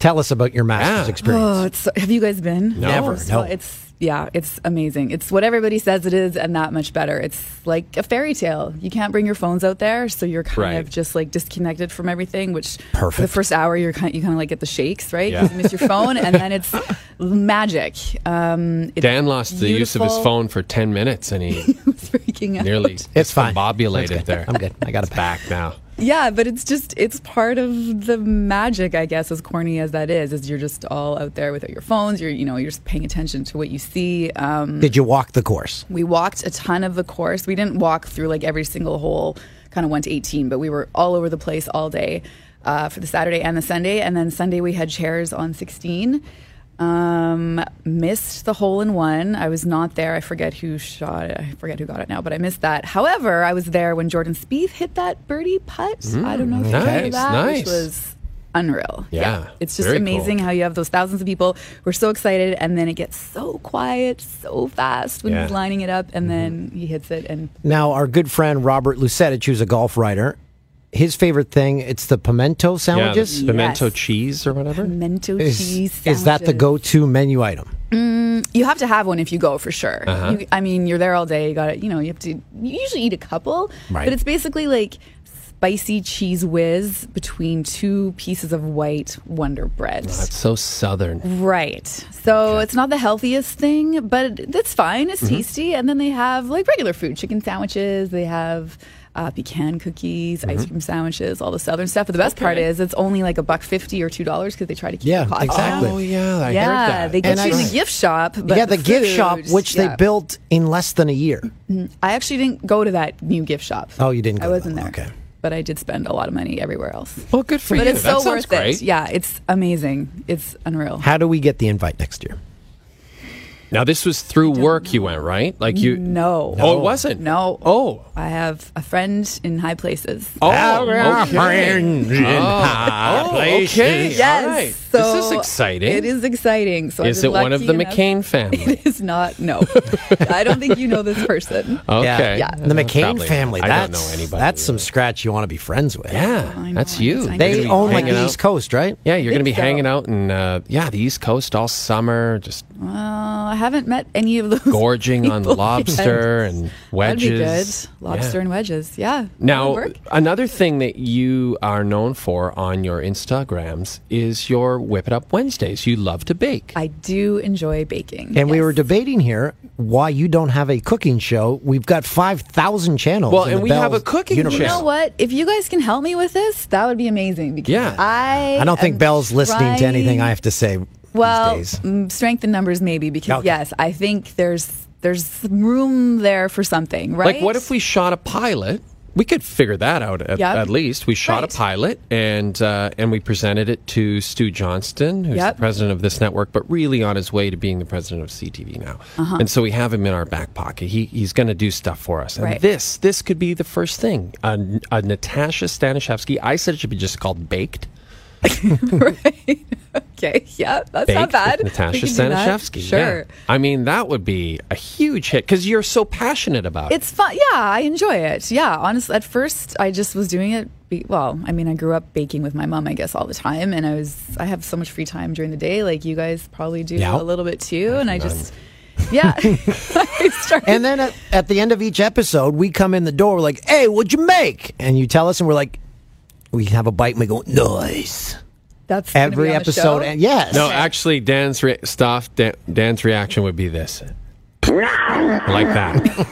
S6: Tell us about your master's
S3: Yeah.
S6: experience.
S9: Oh, it's, have you guys been?
S3: No. Never,
S9: It's-
S6: no.
S9: It's yeah, it's amazing. It's what everybody says it is, and that much better. It's like a fairy tale. You can't bring your phones out there, so you're kind
S3: Right.
S9: of just like disconnected from everything. Which
S6: Perfect.
S9: The first hour, you're kind you kind of like get the shakes, right?
S3: Yeah.
S9: 'Cause You miss your phone, and then it's magic. Um, it's
S3: Dan lost the use of his
S9: beautiful.
S3: phone for 10 minutes and he
S9: Freaking out.
S3: nearly
S6: It's fine.
S3: discombobulated
S6: That's good.
S3: there.
S6: I'm good. I got it
S3: back now.
S9: Yeah, but it's just it's part of the magic, I guess, as corny as that is, is you're just all out there without your phones. You're you know, you're just paying attention to what you see. Um,
S6: Did you walk the course?
S9: we walked a ton of the course. We didn't walk through like every single hole, kind of went to 18, but we were all over the place all day uh, for the Saturday and the Sunday. And then Sunday we had chairs on 16. Um, missed the hole in one. I was not there. I forget who shot it. I forget who got it now, but I missed that. However, I was there when Jordan Spieth hit that birdie putt. I don't know if you
S3: Mm, nice,
S9: remember that,
S3: nice.
S9: which was unreal.
S3: Yeah,
S9: It's just
S3: very
S9: amazing
S3: cool.
S9: how you have those thousands of people who are so excited and then it gets so quiet so fast when
S3: Yeah.
S9: he's lining it up and
S6: Mm-hmm.
S9: then he hits it and
S6: Now, our good friend Robert Lucetich, who's a golf writer, his favorite thing it's the pimento
S3: Yeah, the
S6: sandwiches.
S3: pimento
S9: Yes.
S3: cheese or whatever.
S9: mento cheese
S6: Is, is that the
S9: sandwiches.
S6: go-to menu item?
S9: you have to have one if you go for sure
S6: Uh-huh.
S9: you, i mean you're there all day you got to you know you have to you usually eat a couple
S6: Right.
S9: but it's basically like spicy cheese whiz between two pieces of white wonder bread
S3: That's so
S9: Mm.
S3: southern.
S9: Right. So it's not the healthiest thing, but that's fine. It's
S6: Mm-hmm.
S9: tasty. And then they have like regular food, chicken sandwiches. They have uh, pecan cookies,
S6: Mm-hmm.
S9: ice cream sandwiches, all the southern stuff. But the best part is it's only like a buck fifty or two dollars because they try to keep
S6: Yeah,
S9: the cost
S6: exactly.
S9: down.
S3: Oh yeah, I
S9: yeah,
S3: heard that.
S9: they get
S6: And
S9: you
S6: I-
S9: in the gift shop. But
S6: yeah, the, gift shop,
S9: food,
S6: which
S9: yeah.
S6: they built in less than a year.
S9: I actually didn't go to that new gift shop.
S6: Oh, you didn't go
S9: I
S6: to
S9: wasn't
S6: that one.
S9: there.
S6: Okay.
S9: But I did spend a lot of money everywhere else.
S3: Well, good for
S9: But
S3: you.
S9: it's
S3: that
S9: so
S3: sounds
S9: worth
S3: great.
S9: it. Yeah, it's amazing. It's unreal.
S6: How do we get the invite next year?
S3: Now this was through work you went right? Like you?
S9: Mm. No.
S3: Oh, it wasn't.
S9: No.
S3: Oh.
S9: I have a friend in high places.
S3: Oh, okay.
S6: high
S3: Oh, okay.
S6: places.
S9: Yes.
S3: All right.
S9: So
S3: this is exciting.
S9: It is exciting. So I
S3: Is
S9: was
S3: it one of
S9: lucky
S3: the
S9: enough-
S3: McCain family?
S9: It is not. No. I don't think you know this person.
S3: Okay.
S9: Yeah. Uh,
S6: The McCain
S3: Probably.
S6: family.
S3: I
S6: That's,
S3: don't know anybody
S6: That's
S3: either.
S6: some scratch you want to be friends with.
S3: Yeah,
S9: know,
S3: that's
S9: it's
S3: you.
S9: exciting.
S3: You're
S6: They
S3: gonna be
S6: own like
S3: hanging
S6: the
S3: out.
S6: East Coast, right?
S3: Yeah, you're going to be
S9: think so.
S3: hanging out in uh, yeah the East Coast all summer. Just
S9: Well, I haven't met any of those.
S3: Gorging on
S9: people
S3: lobster
S9: yet.
S3: and
S9: That'd be
S3: wedges.
S9: good. Lobster
S3: Yeah.
S9: and wedges. Yeah. That would
S3: Now,
S9: work.
S3: another thing that you are known for on your Instagrams is your Whip It Up Wednesdays. You love to bake.
S9: I do enjoy baking.
S6: And we
S9: Yes.
S6: were debating here why you don't have a cooking show. We've got 5,000 channels.
S3: Well,
S6: in
S3: and
S6: the
S3: we have
S6: Bell's
S3: a cooking
S6: universe.
S9: You know
S3: channel.
S9: what? If you guys can help me with this, that would be amazing. Because
S3: Yeah.
S9: I
S6: I don't think
S9: am
S6: Bell's listening to anything
S9: trying-
S6: I have to say
S9: well,
S6: these days.
S9: mm, strength in numbers maybe because
S6: Okay.
S9: yes, I think there's there's some room there for something, right?
S3: Like, what if we shot a pilot? We could figure that out at,
S9: Yep.
S3: at least. We shot
S9: Right.
S3: a pilot and uh, and we presented it to Stu Johnston, who's
S9: Yep.
S3: the president of this network, but really on his way to being the president of CTV now.
S9: Uh-huh.
S3: And so we have him in our back pocket. He, he's going to do stuff for us. And
S9: Right.
S3: this this could be the first thing. A, a Natasha Stanishevsky. I said it should be just called Baked.
S9: right? okay, yeah, that's not
S3: Baked with
S9: bad.
S3: Natasha
S9: We can do that.
S3: Stanishevsky.
S9: Sure.
S3: yeah. I mean, that would be a huge hit because you're so passionate about it.
S9: It's fun. Yeah, I enjoy it. Yeah, honestly, at first I just was doing it. Be- well, I mean, I grew up baking with my mom, I guess, all the time, and I was I have so much free time during the day, like you guys probably do
S6: Yeah.
S9: a little bit too, and I just yeah, I started.
S6: And then at, at the end of each episode, we come in the door, we're like, hey, what'd you make? And you tell us, and we're like, we have a bite, and we go, nice.
S9: that's gonna be
S6: Every
S9: on the
S6: episode.
S9: show?
S6: And yes.
S3: No, actually, Dan's re- stuff. Dan, Dan's reaction would be this, like that.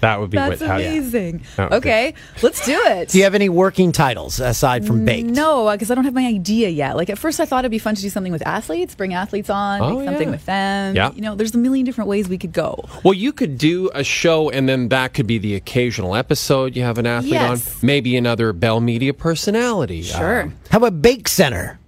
S3: that would be
S9: That's
S3: what, how-
S9: amazing.
S3: Oh, okay.
S9: okay, let's do it.
S6: Do you have any working titles aside from baked?
S9: No, because I don't have my idea yet. Like at first, I thought it'd be fun to do something with athletes, bring athletes on,
S3: Oh,
S9: make something
S3: yeah.
S9: with them.
S3: Yeah.
S9: You know, there's a million different ways we could go.
S3: Well, you could do a show, and then that could be the occasional episode you have an athlete
S9: Yes.
S3: on, maybe another Bell Media personality.
S9: Sure.
S3: Um,
S6: How about Bake Center?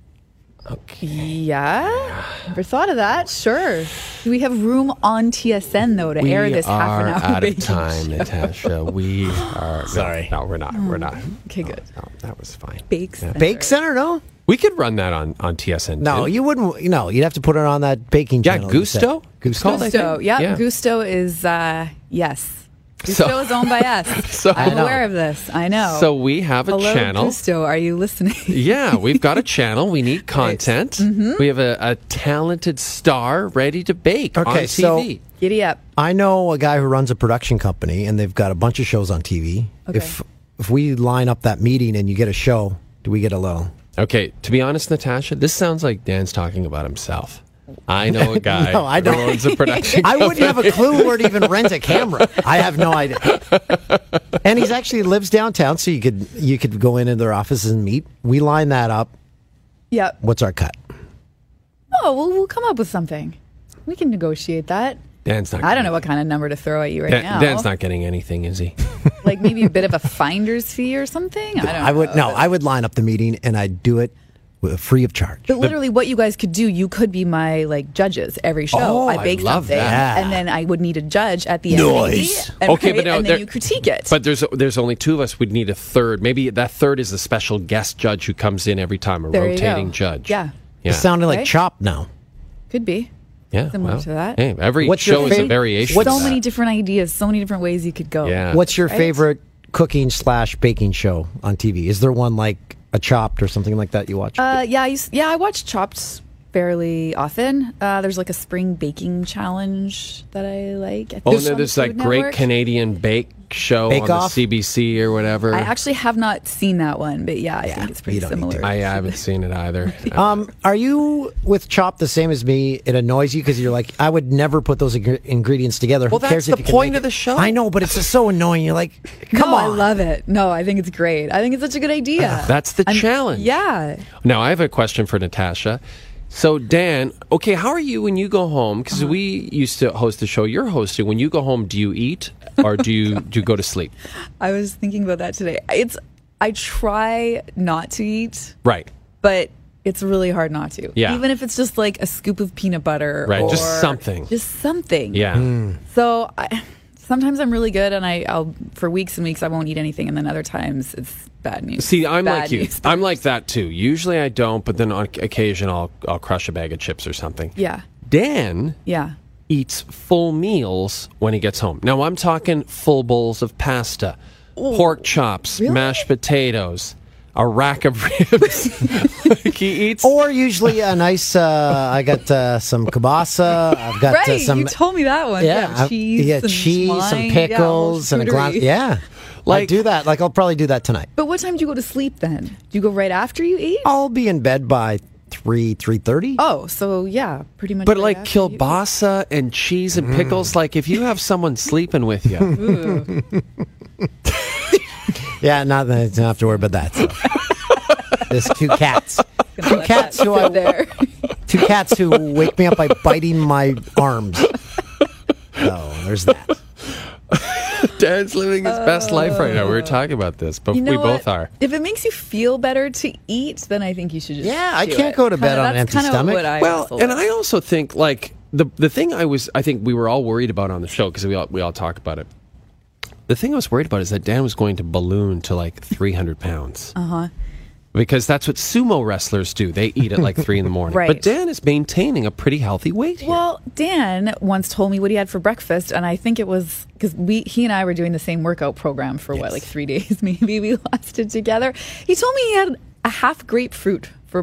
S9: yeah. Never thought of that. Sure. We have room on TSN though to
S3: Um, we
S9: air this
S3: are
S9: half an hour.
S3: out of
S9: baking
S3: time,
S9: show.
S3: Natasha. We are sorry. No, no, we're not. We're not.
S9: Mm-hmm. Okay,
S3: No,
S9: good.
S3: No, that was fine.
S9: Bakes.
S3: Yeah.
S6: Bake Center, no?
S3: We could run that on on TSN.
S6: No,
S3: too.
S6: you wouldn't. No, you'd have to put it on that baking
S3: Yeah,
S6: channel. you said.
S3: Gusto? It's
S6: Gusto.
S3: called, I
S9: Gusto.
S3: think.
S9: Yeah,
S3: Yeah.
S9: Gusto is uh yes. Gusto
S3: So-
S9: is owned by us.
S3: So- I
S9: I'm
S3: know.
S9: aware of this. I know.
S3: So we have a
S9: Hello,
S3: channel.
S9: Gusto, are you listening?
S3: Yeah, we've got a channel. We need content.
S9: Mm-hmm.
S3: We have a, a talented star ready to bake on
S6: Okay, so-
S3: TV.
S9: Giddy up.
S6: I know a guy who runs a production company, and they've got a bunch of shows on TV.
S9: Okay.
S6: If if we line up that meeting and you get a show, do we get a little?
S3: okay, to be honest, Natasha, this sounds like Dan's talking about himself. I know a guy
S6: No, I don't.
S3: who owns a production
S6: I wouldn't have a clue where to even rent a camera. I have no idea. And he's actually lives downtown, so you could you could go into their offices and meet. We line that up.
S9: Yep.
S6: What's our cut?
S9: Oh, we'll, we'll come up with something. We can negotiate that.
S3: Dan's not
S9: I don't know
S3: getting-
S9: what kind of number to throw at you right
S3: Dan-
S9: now.
S3: Dan's not getting anything, is he?
S9: like maybe a bit of a finder's fee or something. I don't.
S6: I would
S9: know.
S6: no. I would line up the meeting and I'd do it with- free of charge.
S9: But literally, what you guys could do, you could be my like judges every show.
S3: Oh, I
S9: I bake
S3: love
S9: something,
S6: that.
S9: and then I would need a judge at the end.
S6: Nice.
S9: And,
S3: Okay,
S9: right,
S3: but now
S9: and
S3: there-
S9: then you critique it.
S3: But there's there's only two of us. We'd need a third. Maybe that third is a special guest judge who comes in every time, a
S9: There you
S3: rotating
S9: go.
S3: judge.
S9: Yeah.
S3: Yeah.
S6: It's sounding like
S9: Right?
S6: Chop now.
S9: could be.
S3: yeah.
S9: similar
S3: well,
S9: to that.
S3: Hey, every
S6: What's your
S3: show is a
S6: favorite-
S3: variation.
S6: what's-
S3: of
S9: so
S3: that.
S9: many different ideas, so many different ways you could go.
S3: Yeah.
S6: What's your
S9: Right?
S6: favorite cooking slash baking show on TV? Is there one like a Chopped or something like that you watch?
S9: Uh, yeah, I used, yeah, I watch Chopped fairly often. Uh, there's like a spring baking challenge that I like. I
S3: Oh,
S9: think
S3: no,
S9: on
S3: there's
S9: Food
S3: like great
S9: Network.
S3: Canadian bake show
S6: Bake
S3: on
S6: Off?
S3: the CBC or whatever.
S9: I actually have not seen that one, but yeah, I think it's pretty
S6: you don't need
S9: similar.
S3: I, uh, I haven't seen it either. Uh,
S6: um, are you with Chopped the same as me? It annoys you because you're like, I would never put those ing- ingredients together.
S3: Well,
S6: Who cares
S3: that's
S6: if
S3: the
S6: you can
S3: point
S6: make
S3: of
S6: it?
S3: the show.
S6: I know, but it's just so annoying. You're like, come
S9: no,
S6: on.
S9: I love it. No, I think it's great. I think it's such a good idea.
S3: Uh, That's the challenge.
S9: Yeah.
S3: Now, I have a question for Natasha. So, Dan, okay, how are you when you go home? Because
S9: Uh-huh.
S3: we used to host the show you're hosting. When you go home, do you eat or do you do you go to sleep?
S9: I was thinking about that today. It's I try not to eat,
S3: Right,
S9: but it's really hard not to.
S3: Yeah.
S9: Even if it's just like a scoop of peanut butter
S3: right.
S9: or
S3: Just something.
S9: Just something.
S3: yeah.
S9: Hmm. So I, sometimes I'm really good and I, I'll for weeks and weeks I won't eat anything and then other times it's bad news.
S3: See, I'm
S9: Bad
S3: like you.
S9: news.
S3: I'm like that too. Usually, I don't, but then on occasion, I'll I'll crush a bag of chips or something.
S9: Yeah.
S3: Dan
S9: Yeah.
S3: eats full meals when he gets home. Now I'm talking full bowls of pasta, pork chops,
S9: Really?
S3: mashed potatoes, a rack of ribs. like he
S9: Oh,
S3: eats.
S6: Or usually a nice. Uh, I got uh, some kibasa. I've got uh,
S9: Right,
S6: some.
S9: you told me that one.
S6: yeah, I-
S9: cheese,
S6: yeah,
S9: some
S6: cheese, some
S9: wine, yeah, a
S6: pickles, and a glass.
S9: charcuterie.
S6: Yeah, like I
S3: Like-
S6: do that. Like I'll probably do that tonight.
S9: But what time do you go to sleep then? Do you go right after you eat?
S6: I'll be in bed by three three thirty.
S9: Oh, so yeah, pretty much.
S3: But
S9: right
S3: like
S9: after you eat.
S3: kielbasa and cheese and pickles, like if you have someone sleeping with you,
S6: Yeah, not that I don't have to worry about that. so. There's two cats.
S9: Gonna
S6: Two
S9: let
S6: cats
S9: that
S6: who
S9: sit
S6: I
S9: there.
S6: two cats who wake me up by biting my arms. Oh, there's that.
S3: Dan's living his best life right now. We were talking about this, but
S9: You know
S3: we
S9: what?
S3: both are.
S9: If it makes you feel better to eat, then I think you should just.
S6: Yeah, I
S9: do
S6: can't
S9: it.
S6: go to bed
S9: Kinda-
S6: on an
S9: that's
S6: empty
S9: kinda
S6: stomach.
S9: What I
S3: Well,
S9: wrestle
S3: and
S9: with.
S3: I also think like the the thing I was I think we were all worried about on the show because we all we all talk about it. The thing I was worried about is that Dan was going to balloon to like three hundred pounds. Uh
S9: Uh-huh.
S3: huh. Because that's what sumo wrestlers do. They eat at like three in the morning. But
S9: Right.
S3: Dan is maintaining a pretty healthy weight. Here.
S9: Well, Dan once told me what he had for breakfast, and I think it was because we he and I were doing the same workout program for what like three days maybe we lost it together. He told me he had a half grapefruit for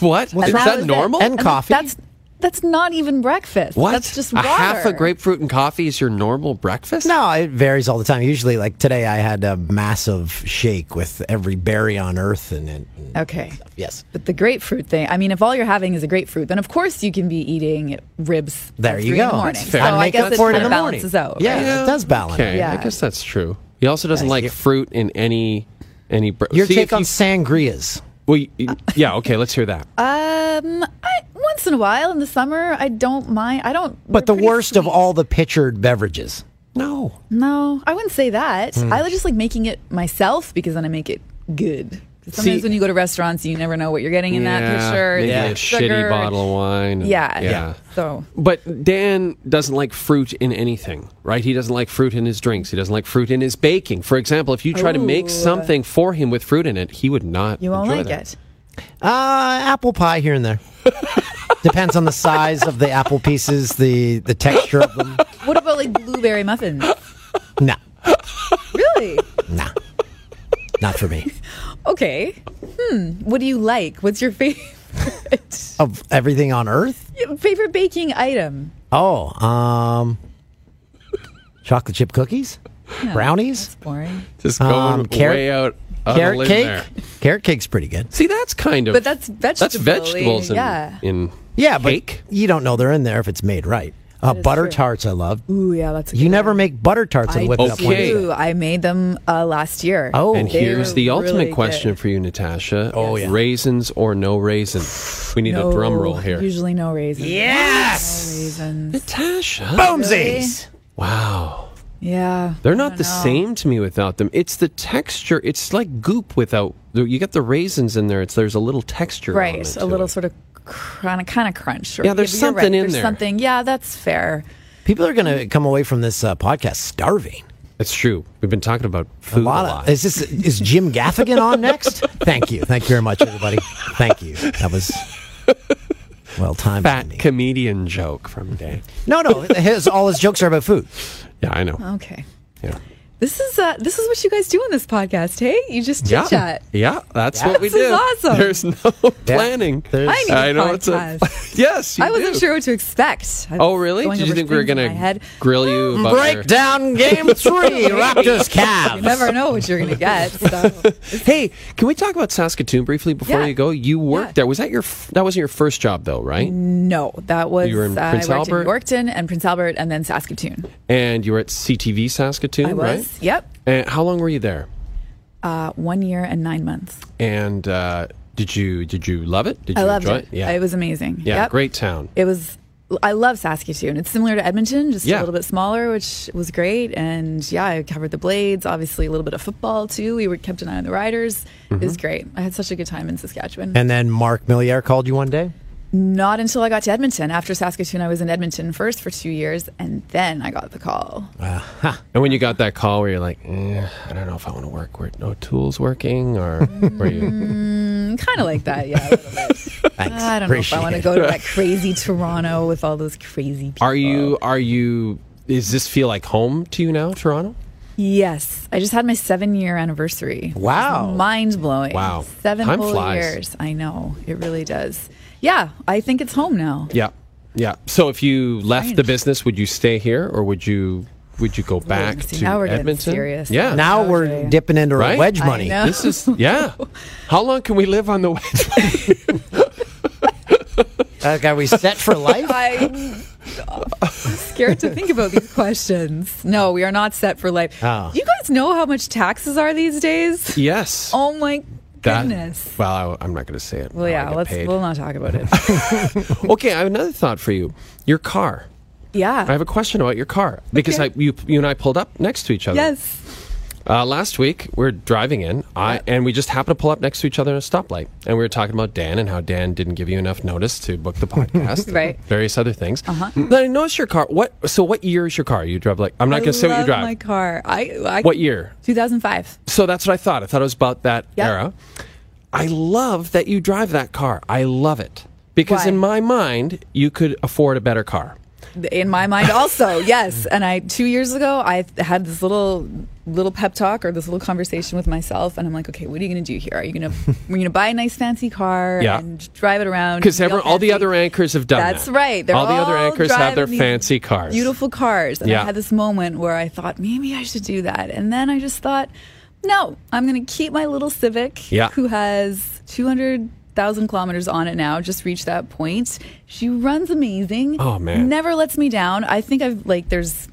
S3: what is
S9: And
S3: that,
S9: was it.
S3: normal?
S6: And coffee.
S9: That's that's not even breakfast.
S3: what?
S9: That's just
S3: a
S9: water.
S3: half a grapefruit and coffee is your normal breakfast?
S6: No, it varies all the time. Usually, like today, I had a massive shake with every berry on earth, and, and
S9: Okay.
S6: yes,
S9: But the grapefruit thing, I mean, if all you're having is a grapefruit, then of course you can be eating ribs. at
S6: there you
S9: three
S6: go.
S9: In the morning.
S6: That's
S9: So
S6: fair.
S9: I
S6: make
S9: guess
S6: up
S9: it
S6: for
S9: kind
S6: in
S9: of
S6: the morning.
S9: balances out.
S6: Yeah,
S9: right?
S6: it does balance.
S3: Okay, I
S9: Yeah.
S3: guess that's true. He also doesn't like
S6: you-
S3: fruit in any any. Bre-
S6: Your
S3: See,
S6: take
S3: if
S6: on
S3: you-
S6: sangrias?
S3: well, you- yeah. Okay, let's hear that.
S6: Uh,
S9: Um, I, once in a while in the summer, I don't mind. I don't.
S6: But the
S9: they're pretty
S6: worst of
S9: sweet.
S6: all the pictured beverages.
S3: no.
S9: No, I wouldn't say that.
S6: Hmm.
S9: I just like making it myself because then I make it good. 'Cause Sometimes
S3: See-
S9: when you go to restaurants, you never know what you're getting in that picture.
S3: Maybe a
S9: It's sugar.
S3: shitty bottle of wine. and-
S9: Yeah,
S3: yeah.
S9: So
S3: But Dan doesn't like fruit in anything, right? He doesn't like fruit in his drinks. He doesn't like fruit in his baking. For example, if you try to make something for him with fruit in it, he would not.
S9: you won't
S3: enjoy
S9: like
S3: that.
S9: it.
S6: Uh, apple pie here and there. Depends on the size of the apple pieces, the the texture of them.
S9: What about like blueberry muffins?
S6: No,
S9: Really?
S6: no, not for me.
S9: Okay. Hmm. What do you like? What's your favorite
S6: Of everything on earth.
S9: favorite baking item?
S6: Oh, um, chocolate chip cookies, brownies,
S9: Boring.
S3: Just going
S6: Um, carrot-
S3: way out. out on a
S6: carrot
S3: limb
S6: cake.
S3: there.
S6: Carrot cake's pretty good.
S3: See, that's kind of.
S9: But that's
S3: That's
S9: vegetable-y,
S3: vegetables. In,
S9: yeah.
S3: In
S6: Yeah, but
S3: cake.
S6: you don't know they're in there if it's made right. Uh, butter tarts, I love.
S9: Ooh, yeah, that's. A
S6: You
S9: good
S6: never
S9: one.
S6: make butter tarts and
S9: I
S6: whip it up.
S3: Okay.
S6: one
S3: Wednesday.
S9: do. I made them uh, last year.
S6: Oh.
S3: And
S9: They're
S3: here's the ultimate
S9: really
S3: question
S9: good.
S3: for you, Natasha.
S6: Oh, yeah.
S3: Raisins or no raisins? We need a drum roll here.
S9: Usually no raisins.
S6: Yes!
S9: No raisins.
S3: Natasha.
S6: Boomsies!
S3: Wow.
S9: Yeah.
S3: They're not the same to me without them. It's the texture. It's like goop without. You get the raisins in there. It's there's a little texture.
S9: Right.
S3: element
S9: A
S3: to
S9: little
S3: it.
S9: sort of kind of kind of crunch. or-
S3: Yeah, there's
S9: you're
S3: something in
S9: there's
S3: there.
S9: Something. Yeah, that's fair.
S6: People are going to come away from this uh, podcast starving.
S3: It's true. We've been talking about
S6: A
S3: food a
S6: lot of is this is Jim Gaffigan on next? Thank you, thank you very much, everybody. Thank you. That was well timed.
S3: fat
S6: Andy.
S3: comedian joke from Dan.
S6: No, no, his all his jokes are about food.
S3: Yeah, I know.
S9: Okay.
S3: yeah.
S9: This is uh, this is what you guys do in this podcast. Hey, you just chit
S3: Yeah.
S9: chat.
S3: yeah, that's what we
S9: This is
S3: do.
S9: awesome.
S3: There's no planning.
S6: There's-
S9: I need a
S3: it's
S9: podcast.
S3: a yes. You
S9: I wasn't
S3: do.
S9: sure what to expect. I
S3: Oh,
S9: was
S3: really?
S9: going
S3: Did you
S9: over
S3: think we were
S9: things in
S3: gonna
S9: my head. Mm-hmm.
S3: grill you about your-
S6: Breakdown game three: Raptors
S9: You
S6: Cavs.
S9: never know what you're going to get. So.
S3: Hey, can we talk about Saskatoon briefly before
S9: Yeah.
S3: you go? You worked
S9: Yeah.
S3: there. Was that your? f- That wasn't your first job though, right?
S9: No, that was
S3: You were in
S9: uh,
S3: Prince
S9: I worked
S3: Albert?
S9: in Yorkton and Prince Albert, and then Saskatoon.
S3: And you were at CTV Saskatoon,
S9: I was.
S3: right?
S9: Yep.
S3: And how long were you there?
S9: Uh, one year and nine months.
S3: And uh, did you did you love it? Did
S9: I
S3: you
S9: loved
S3: enjoy
S9: it.
S3: it? Yeah,
S9: It was amazing.
S3: Yeah,
S9: Yep.
S3: great town.
S9: It was. I love Saskatoon. It's similar to Edmonton, just
S3: Yeah.
S9: a little bit smaller, which was great. And yeah, I covered the Blades. Obviously, a little bit of football too. We were kept an eye on the Riders. It
S3: Mm-hmm.
S9: was great. I had such a good time in Saskatchewan.
S6: And then Mark Millier called you one day.
S9: Not until I got to Edmonton. After Saskatoon, I was in Edmonton first for two years, and then I got the call.
S3: and when you got that call, where you're like, eh, I don't know if I want to work where no tools working, or were you?
S9: Kind of like that, yeah. a little bit.
S6: Thanks.
S9: I don't
S6: Appreciate
S9: know if I want to
S6: it.
S9: go to that crazy Toronto with all those crazy people.
S3: Are you? Are you? Is this feel like home to you now, Toronto?
S9: Yes, I just had my seven year anniversary.
S6: Wow.
S9: mind blowing.
S3: Wow.
S9: seven
S3: Time
S9: whole
S3: flies.
S9: years. I know it really does. Yeah, I think it's home now.
S3: Yeah, yeah. So if you left the
S9: Strange.
S3: business, would you stay here or would you would you go back
S9: see,
S3: to
S9: now we're getting
S3: Edmonton?
S9: serious.
S3: Yeah.
S6: Now
S9: Okay.
S6: we're dipping into our
S3: Right?
S6: wedge
S9: I
S6: money.
S9: know.
S3: this is yeah. How long can we live on the wedge?
S6: Like, are we set for life?
S9: I'm scared to think about these questions. No, we are not set for life.
S6: Oh.
S9: You guys know how much taxes are these days?
S3: yes.
S9: Oh my
S3: That-
S9: goodness.
S3: Well, I, am not going to say it.
S9: well,
S3: how I
S9: yeah,
S3: get
S9: let's
S3: paid.
S9: we'll not talk about it.
S3: okay, I have another thought for you. Your car.
S9: yeah.
S3: I have a question about your car because I
S9: Okay.
S3: you you and I pulled up next to each other.
S9: yes.
S3: Uh, last week we're driving in, I and we just happened to pull up next to each other in a stoplight, and we were talking about Dan and how Dan didn't give you enough notice to book the podcast,
S9: Right.
S3: and Various other things. Uh-huh. Then I noticed your car. What? So what year is your car? You drive like I'm not
S9: I
S3: going to say what you
S9: love
S3: drive.
S9: My car. I, I
S3: What year?
S9: 2005.
S3: So that's what I thought. I thought it was about that
S9: Yep.
S3: era. I love that you drive that car. I love it because
S9: Why?
S3: in my mind you could afford a better car.
S9: in my mind also yes and i two years ago i th- had this little little pep talk or this little conversation with myself and i'm like okay what are you gonna do here are you gonna we're gonna buy a nice fancy car
S3: Yeah.
S9: and drive it around and
S3: Because
S9: be
S3: all the
S9: fancy?
S3: other anchors have done
S9: that's
S3: that.
S9: right They're
S3: all the other anchors have their
S9: driving these
S3: fancy cars.
S9: beautiful cars and
S3: Yeah.
S9: i had this moment where i thought maybe i should do that and then i just thought no i'm gonna keep my little civic
S3: Yeah.
S9: who has 200 thousand kilometers on it now just reached that point she runs amazing
S3: Oh, man.
S9: never lets me down i think i've like there's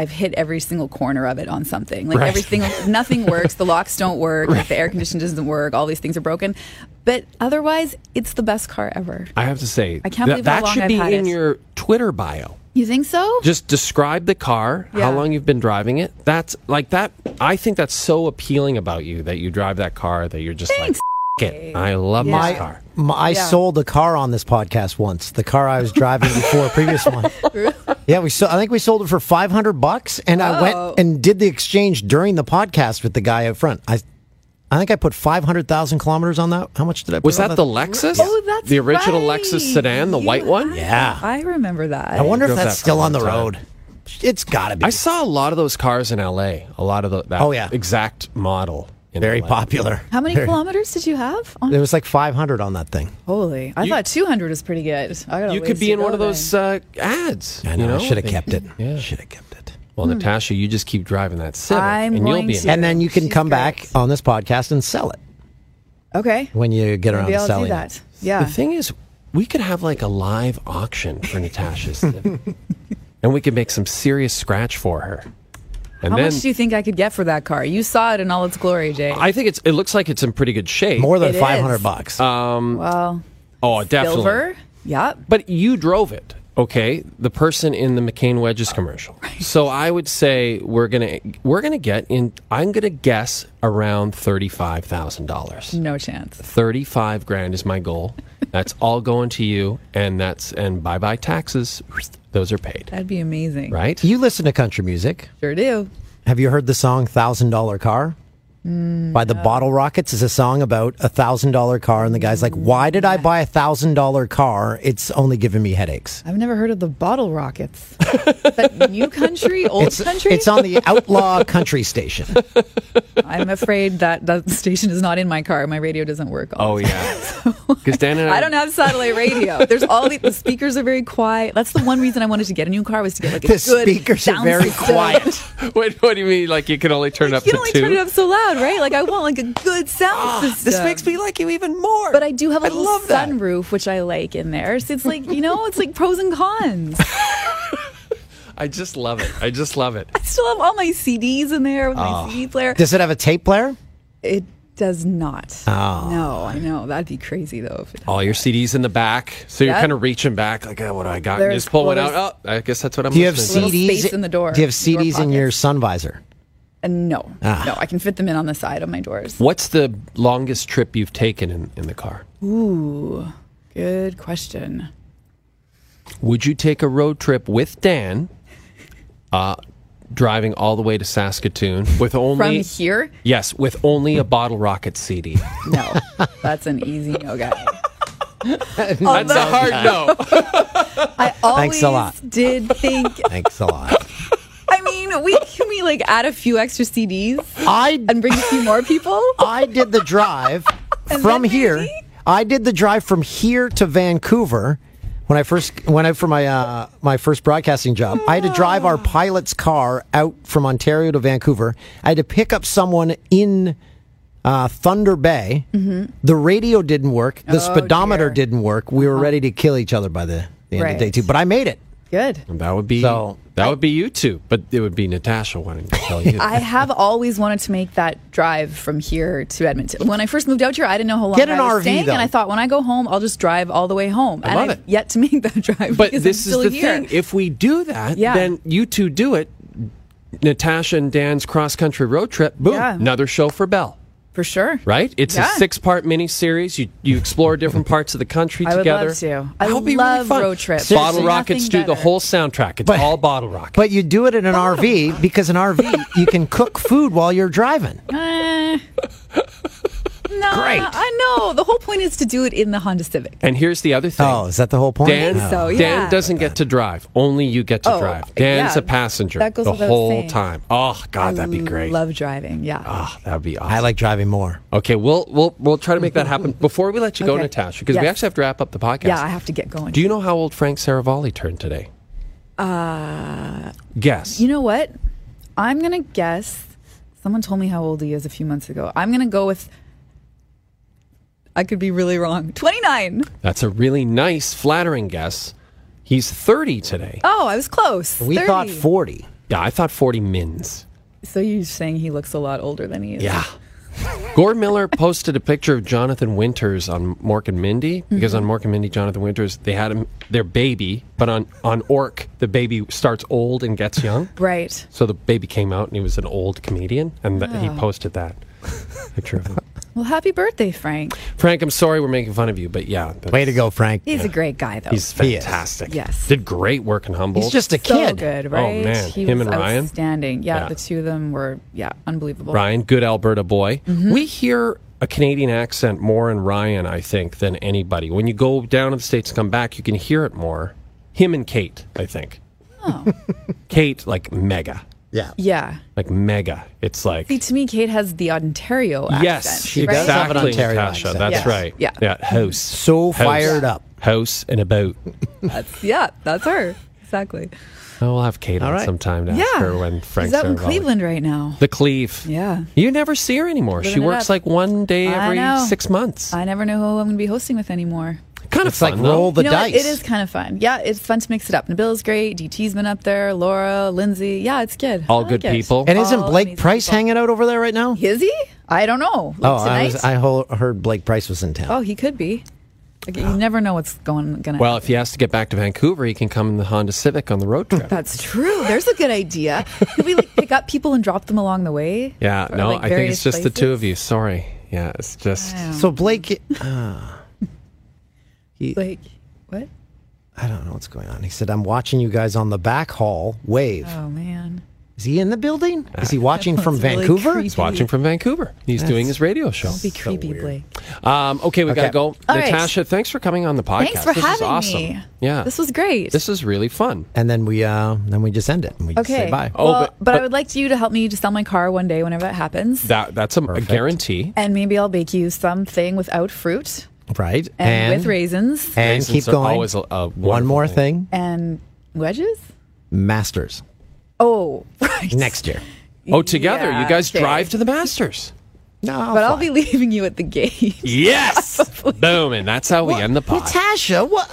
S9: I've hit every single corner of it on something. Like
S3: Right.
S9: every single, nothing works. The locks don't work. The air conditioning doesn't work. All these things are broken. But otherwise, it's the best car ever.
S3: I have to say,
S9: I can't
S3: that-
S9: believe how
S3: that
S9: long
S3: should
S9: I've
S3: be
S9: had
S3: in
S9: it.
S3: your Twitter bio.
S9: You think so?
S3: Just describe the car,
S9: Yeah.
S3: how long you've been driving it. That's like that. I think that's so appealing about you that you drive that car that you're just
S9: Thanks.
S3: like, F- it. I love
S6: My,
S3: my car.
S6: my, I
S9: Yeah.
S6: sold a car on this podcast once. The car I was driving before, previous one. Yeah, we. So, I think we sold it for five hundred bucks, and I
S9: Whoa.
S6: went and did the exchange during the podcast with the guy out front. I, I think I put five hundred thousand kilometers on that. How much did I? Put
S3: Was
S6: on
S3: that the Lexus?
S9: Oh, that's
S3: the original
S9: right.
S3: Lexus sedan, the
S9: You-
S3: white one.
S6: Yeah.
S9: I remember that.
S6: I wonder if
S3: drove that
S6: that's
S3: for
S6: still
S3: a
S6: on the
S3: long time.
S6: road. It's got to be.
S3: I saw a lot of those cars in L.A. A lot of the, that
S6: Oh, yeah.
S3: exact model. In
S6: very
S3: LA.
S6: popular.
S9: How many kilometers did you have? On-
S6: There was like five hundred on that thing.
S9: Holy, I
S3: You-
S9: thought 200 was pretty good. I got a
S3: You
S9: ways
S3: could be
S9: to
S3: in
S9: go
S3: one of
S9: then.
S3: those uh, ads.
S6: I
S3: you
S6: know.
S3: know?
S6: I should have
S3: They-
S6: kept it.
S3: Yeah.
S6: Should have kept it.
S3: Well, Natasha, you just keep driving that Civic,
S9: Hmm. I'm
S3: and you'll
S9: going
S3: be in
S9: to.
S3: it.
S6: And then you can
S9: She's
S6: come back
S9: great.
S6: on this podcast and sell it
S9: Okay.
S6: when you get around
S9: Maybe
S6: to
S9: I'll
S6: selling
S9: do that.
S6: it.
S9: Yeah.
S3: The thing is, we could have like a live auction for Natasha's, and we could make some serious scratch for her. And
S9: How
S3: then
S9: much do you think I could get for that car? You saw it in all its glory, Jay.
S3: I think it's. It looks like it's in pretty good shape.
S6: More than
S9: It is.
S6: five hundred bucks.
S3: Uh,
S9: well,
S3: oh, definitely.
S9: silver. Yep.
S3: But you drove it, okay? The person in the McCain wedges commercial. So I would say we're gonna we're gonna get in. I'm gonna guess around thirty five thousand dollars.
S9: No chance.
S3: 35 grand is my goal. That's all going to you and that's and bye-bye taxes. Those are paid,
S9: That'd be amazing.
S3: right?
S6: You listen to country music.
S9: Sure do.
S6: Have you heard the song Thousand Dollar Car?
S9: Mm,
S6: By the Bottle Rockets is a song about a thousand dollar car, and the guy's
S9: Mm.
S6: like, "Why did I buy a thousand dollar car? It's only giving me headaches."
S9: I've never heard of the bottle rockets. Is that new country, old
S6: It's
S9: country.
S6: it's on the Outlaw Country Station.
S9: I'm afraid that that station is not in my car. My radio doesn't work. all
S3: Oh yeah. Cuz Dan and I,
S9: I don't have satellite radio. There's all the, the speakers are very quiet. That's the one reason I wanted to get a new car was to get like a
S6: The
S9: good
S6: speakers are
S9: sound
S6: very
S9: system.
S6: quiet.
S3: What, what do you mean like you can only turn up
S9: You
S3: to
S9: can only
S3: 2?
S9: turn it up so loud, right? Like I want like a good sound
S6: Ah,
S9: system.
S3: This makes me like you even more.
S9: But I do have a little
S3: love that.
S9: sunroof, which I like in there. So it's like you know, it's like pros and cons.
S3: I just love it. I just love it.
S9: I still have all my CDs in there with
S6: Ah.
S9: my CD player.
S6: Does it have a tape player?
S9: It does not. Oh. No, I know that'd be crazy though. If it
S3: All your CDs in the back. So you're
S9: Yeah.
S3: kind of reaching back like, oh, what do I got?
S9: There's-
S3: just pull one
S9: well,
S3: out. Oh, I guess that's what I'm
S6: Do you have
S3: listening to.
S9: Little
S6: CDs
S9: space in the door,
S6: Do you have
S9: door
S6: CDs in your
S9: pockets.
S6: sun visor?
S9: And no, no, I can fit them in on the side of my doors.
S3: What's the longest trip you've taken in, in the car?
S9: Ooh, good question.
S3: Would you take a road trip with Dan, uh, driving all the way to Saskatoon with
S9: From
S3: only
S9: here,
S3: yes, with only a Bottle Rocket CD?
S9: no, that's an easy no, guy. Oh,
S3: That's a hard no.
S9: I always
S6: Thanks a lot.
S9: did think.
S6: Thanks a lot.
S9: I mean, we can we like add a few extra CDs
S6: I
S9: and bring a few more people?
S6: I did the drive
S9: And
S6: from
S9: then
S6: here.
S9: maybe?
S6: I did the drive from here to Vancouver when I first went out for my uh, my first broadcasting job. I had to drive our pilot's car out from Ontario to Vancouver. I had to pick up someone in uh, Thunder Bay. The radio didn't work. The speedometer
S9: Mm-hmm. Oh, dear. Uh-huh.
S6: didn't work. We were ready to kill each other by the, the end of
S9: Right.
S6: day two, but I made it.
S9: Good.
S3: That would be
S6: So-
S3: that would be you two, but it would be Natasha wanting to tell you.
S9: I have always wanted to make that drive from here to Edmonton. When I first moved out here, I didn't know how long
S6: Get an
S9: I was
S6: RV
S9: staying,
S6: though.
S9: and I thought when I go home, I'll just drive all the way home. and
S3: love
S9: I've
S3: it.
S9: yet to make that drive.
S3: but
S9: because
S3: this
S9: I'm still
S3: is the
S9: here.
S3: thing: if we do that,
S9: Yeah.
S3: then you two do it. Natasha and Dan's cross country road trip. Boom!
S9: Yeah.
S3: Another show for Bell.
S9: for sure,
S3: Right? It's
S9: Yeah.
S3: a six part mini series. You you explore different parts of the country
S9: I would
S3: together.
S9: love to. I
S3: That would be
S9: love
S3: really fun.
S9: road trips.
S3: Bottle
S9: Seriously.
S3: rockets
S9: Nothing
S3: do the
S9: better.
S3: whole soundtrack. It's
S6: But-
S3: all bottle rockets.
S6: But you do it in an RV because an RV you can cook food while you're driving.
S9: Eh. no,
S6: Great.
S9: I know. The whole point is to do it in the Honda Civic.
S3: and here's the other thing.
S6: Oh, is that the whole point? Oh.
S3: Dan,
S9: so, yeah.
S3: Dan doesn't get to drive. Only you get to
S9: Oh,
S3: drive. Dan's a
S9: yeah.
S3: passenger
S9: That goes
S3: the
S9: without
S3: whole
S9: saying.
S3: time. Oh God, that'd be great.
S9: Mm, Love driving. Yeah.
S3: Ah, that'd be awesome.
S6: I like driving more.
S3: Okay, we'll we'll we'll try to make that happen before we let you go,
S9: Okay.
S3: Natasha, because we
S9: Yes.
S3: actually have to wrap up the podcast.
S9: yeah, I have to get going.
S3: Do you know how old Frank Saravalli turned today? Uh, guess.
S9: You know what? I'm going to guess. Someone told me how old he is a few months ago. I'm going to go with. I could be really wrong. 29.
S3: That's a really nice, flattering guess. He's 30 today.
S9: Oh, I was close.
S6: We
S9: 30.
S6: thought 40.
S3: Yeah, I thought 40 mins.
S9: So you're saying he looks a lot older than he is?
S3: Yeah. Gore Miller posted a picture of Jonathan Winters on Mork and Mindy because
S9: Mm-hmm.
S3: on Mork and Mindy, Jonathan Winters, they had him their baby, but on on Orc, the baby starts old and gets young.
S9: Right.
S3: So the baby came out and he was an old comedian, and th- he posted that picture of him.
S9: Well, happy birthday, Frank.
S3: Frank, I'm sorry we're making fun of you, but yeah, that's-
S6: Way to go, Frank.
S9: He's a great guy, though.
S3: He's
S6: He is.
S3: fantastic.
S9: Yes.
S3: did great work in Humboldt.
S6: He's just a
S9: so
S6: kid.
S9: good, right?
S3: Oh, man.
S9: He
S3: Him
S9: was
S3: and Ryan?
S9: outstanding. Yeah,
S3: Yeah.
S9: the two of them were, yeah, unbelievable.
S3: Ryan, good Alberta boy. We hear a Canadian accent more in Ryan, I think, than anybody. When you go down to the states and come back, you can hear it more. Him and Kate, I think. Oh. Kate, like mega,
S6: Yeah.
S9: Yeah.
S3: like mega. It's like.
S9: See, to me, Kate has the Ontario accent.
S3: Yes,
S6: She
S9: right?
S6: does have an
S3: exactly,
S6: Ontario
S3: Natasha.
S6: accent.
S3: That's
S9: Yes.
S3: right.
S9: Yeah.
S3: yeah. House.
S6: So
S3: House.
S6: fired up.
S3: House and a boat.
S9: Yeah, that's her. Exactly.
S3: Oh, we'll have Kate on
S6: right.
S3: sometime to ask
S9: yeah.
S3: her when Frank's
S9: She's out in
S3: Saravalli-
S9: Cleveland right now.
S3: The Cleve.
S9: Yeah.
S3: You never see her anymore. she
S9: it
S3: works
S9: up.
S3: like one day
S9: I
S3: every
S9: know.
S3: six months.
S9: I never know who I'm going to be hosting with anymore.
S3: kind of
S6: It's like
S3: fun, though.
S6: roll the
S9: you know what?
S6: dice.
S9: It is kind of fun. Yeah, it's fun to mix it up. Nabil's great. DT's been up there. Laura, Lindsay. Yeah, it's good.
S3: All
S9: I like
S3: good
S9: it.
S3: people.
S6: And isn't
S9: All
S6: Blake
S9: amazing
S6: Price
S9: people.
S6: hanging out over there right now?
S9: Is he? I don't know.
S6: Oh, I,
S9: Like tonight?
S6: was, I ho- heard Blake Price was in town.
S9: oh, he could be. Like, you never know what's going gonna.
S3: Well, if he has to get back to Vancouver, he can come in the Honda Civic on the road trip.
S9: that's true. There's a good idea. Could we like pick up people and drop them along the way?
S3: yeah,
S9: Or,
S3: no,
S9: like,
S3: I think it's
S9: various
S3: just the two
S9: places?
S3: of you. Sorry. Yeah, it's just.
S9: Oh.
S6: So Blake,
S9: Like what?
S6: I don't know what's going on. He said, "I'm watching you guys on the back hall wave."
S9: Oh man.
S6: Is he in the building? Is he watching from
S9: That's really
S6: Vancouver?
S9: creepy.
S3: He's watching from Vancouver. He's doing his radio show.
S9: Don't be creepy, Blake.
S3: Um, okay, we got to
S6: Okay.
S3: go.
S9: All right.
S3: Natasha, thanks for coming on the podcast.
S9: Thanks for
S3: this is
S9: having
S3: awesome.
S9: me.
S3: Yeah.
S9: This was great.
S3: This is really fun.
S6: And then we, uh, then we just end it. And we just
S9: okay.
S6: say bye.
S9: Well,
S3: Oh,
S9: but,
S3: but- but-
S9: I would like you to help me to sell my car one day whenever that happens.
S3: That that's a, a guarantee.
S9: and maybe I'll bake you something without fruit
S6: right.
S9: and, with raisins
S6: and
S3: Raisins
S6: keep
S3: are
S6: going.
S3: always a- a
S6: One more
S3: wonderful
S6: thing.
S9: and wedges.
S6: Masters
S9: Oh, right.
S6: next year.
S3: Oh, together
S9: Yeah,
S3: you guys
S9: okay.
S3: drive to the Masters.
S6: No,
S9: But I'll be leaving you at the gate.
S3: Yes. Boom, and that's how we end the pod.
S6: Natasha. What?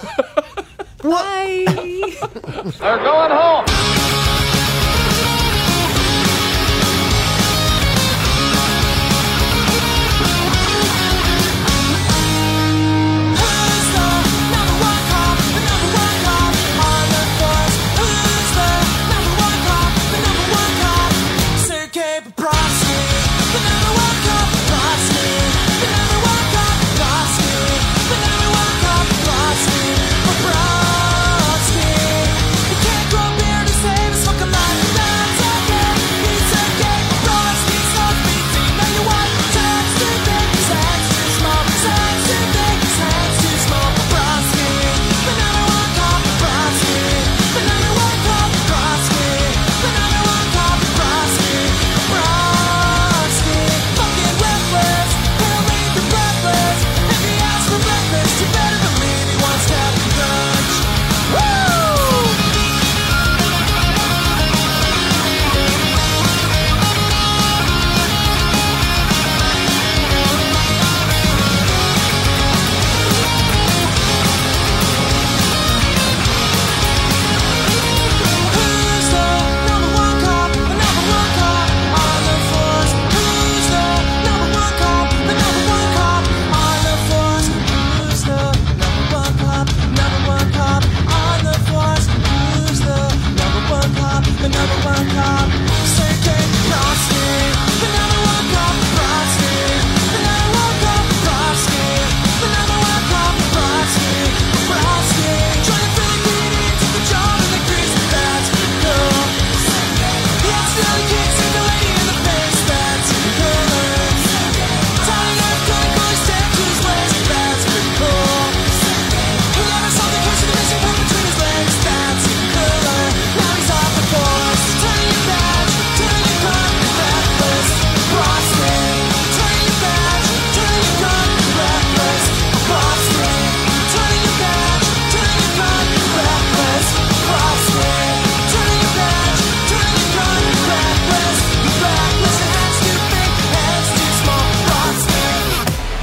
S9: Bye.
S5: They're going home.
S10: Who's the number one cop? The number one cop on the force. Who's the number one cop? The number one cop. Sergei Bobrovsky. The number one cop, Bobrovsky. The number one cop, Bobrovsky. The number one cop, Bobrovsky. Bobrovsky. You can't grow a beard and say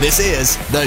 S7: This is the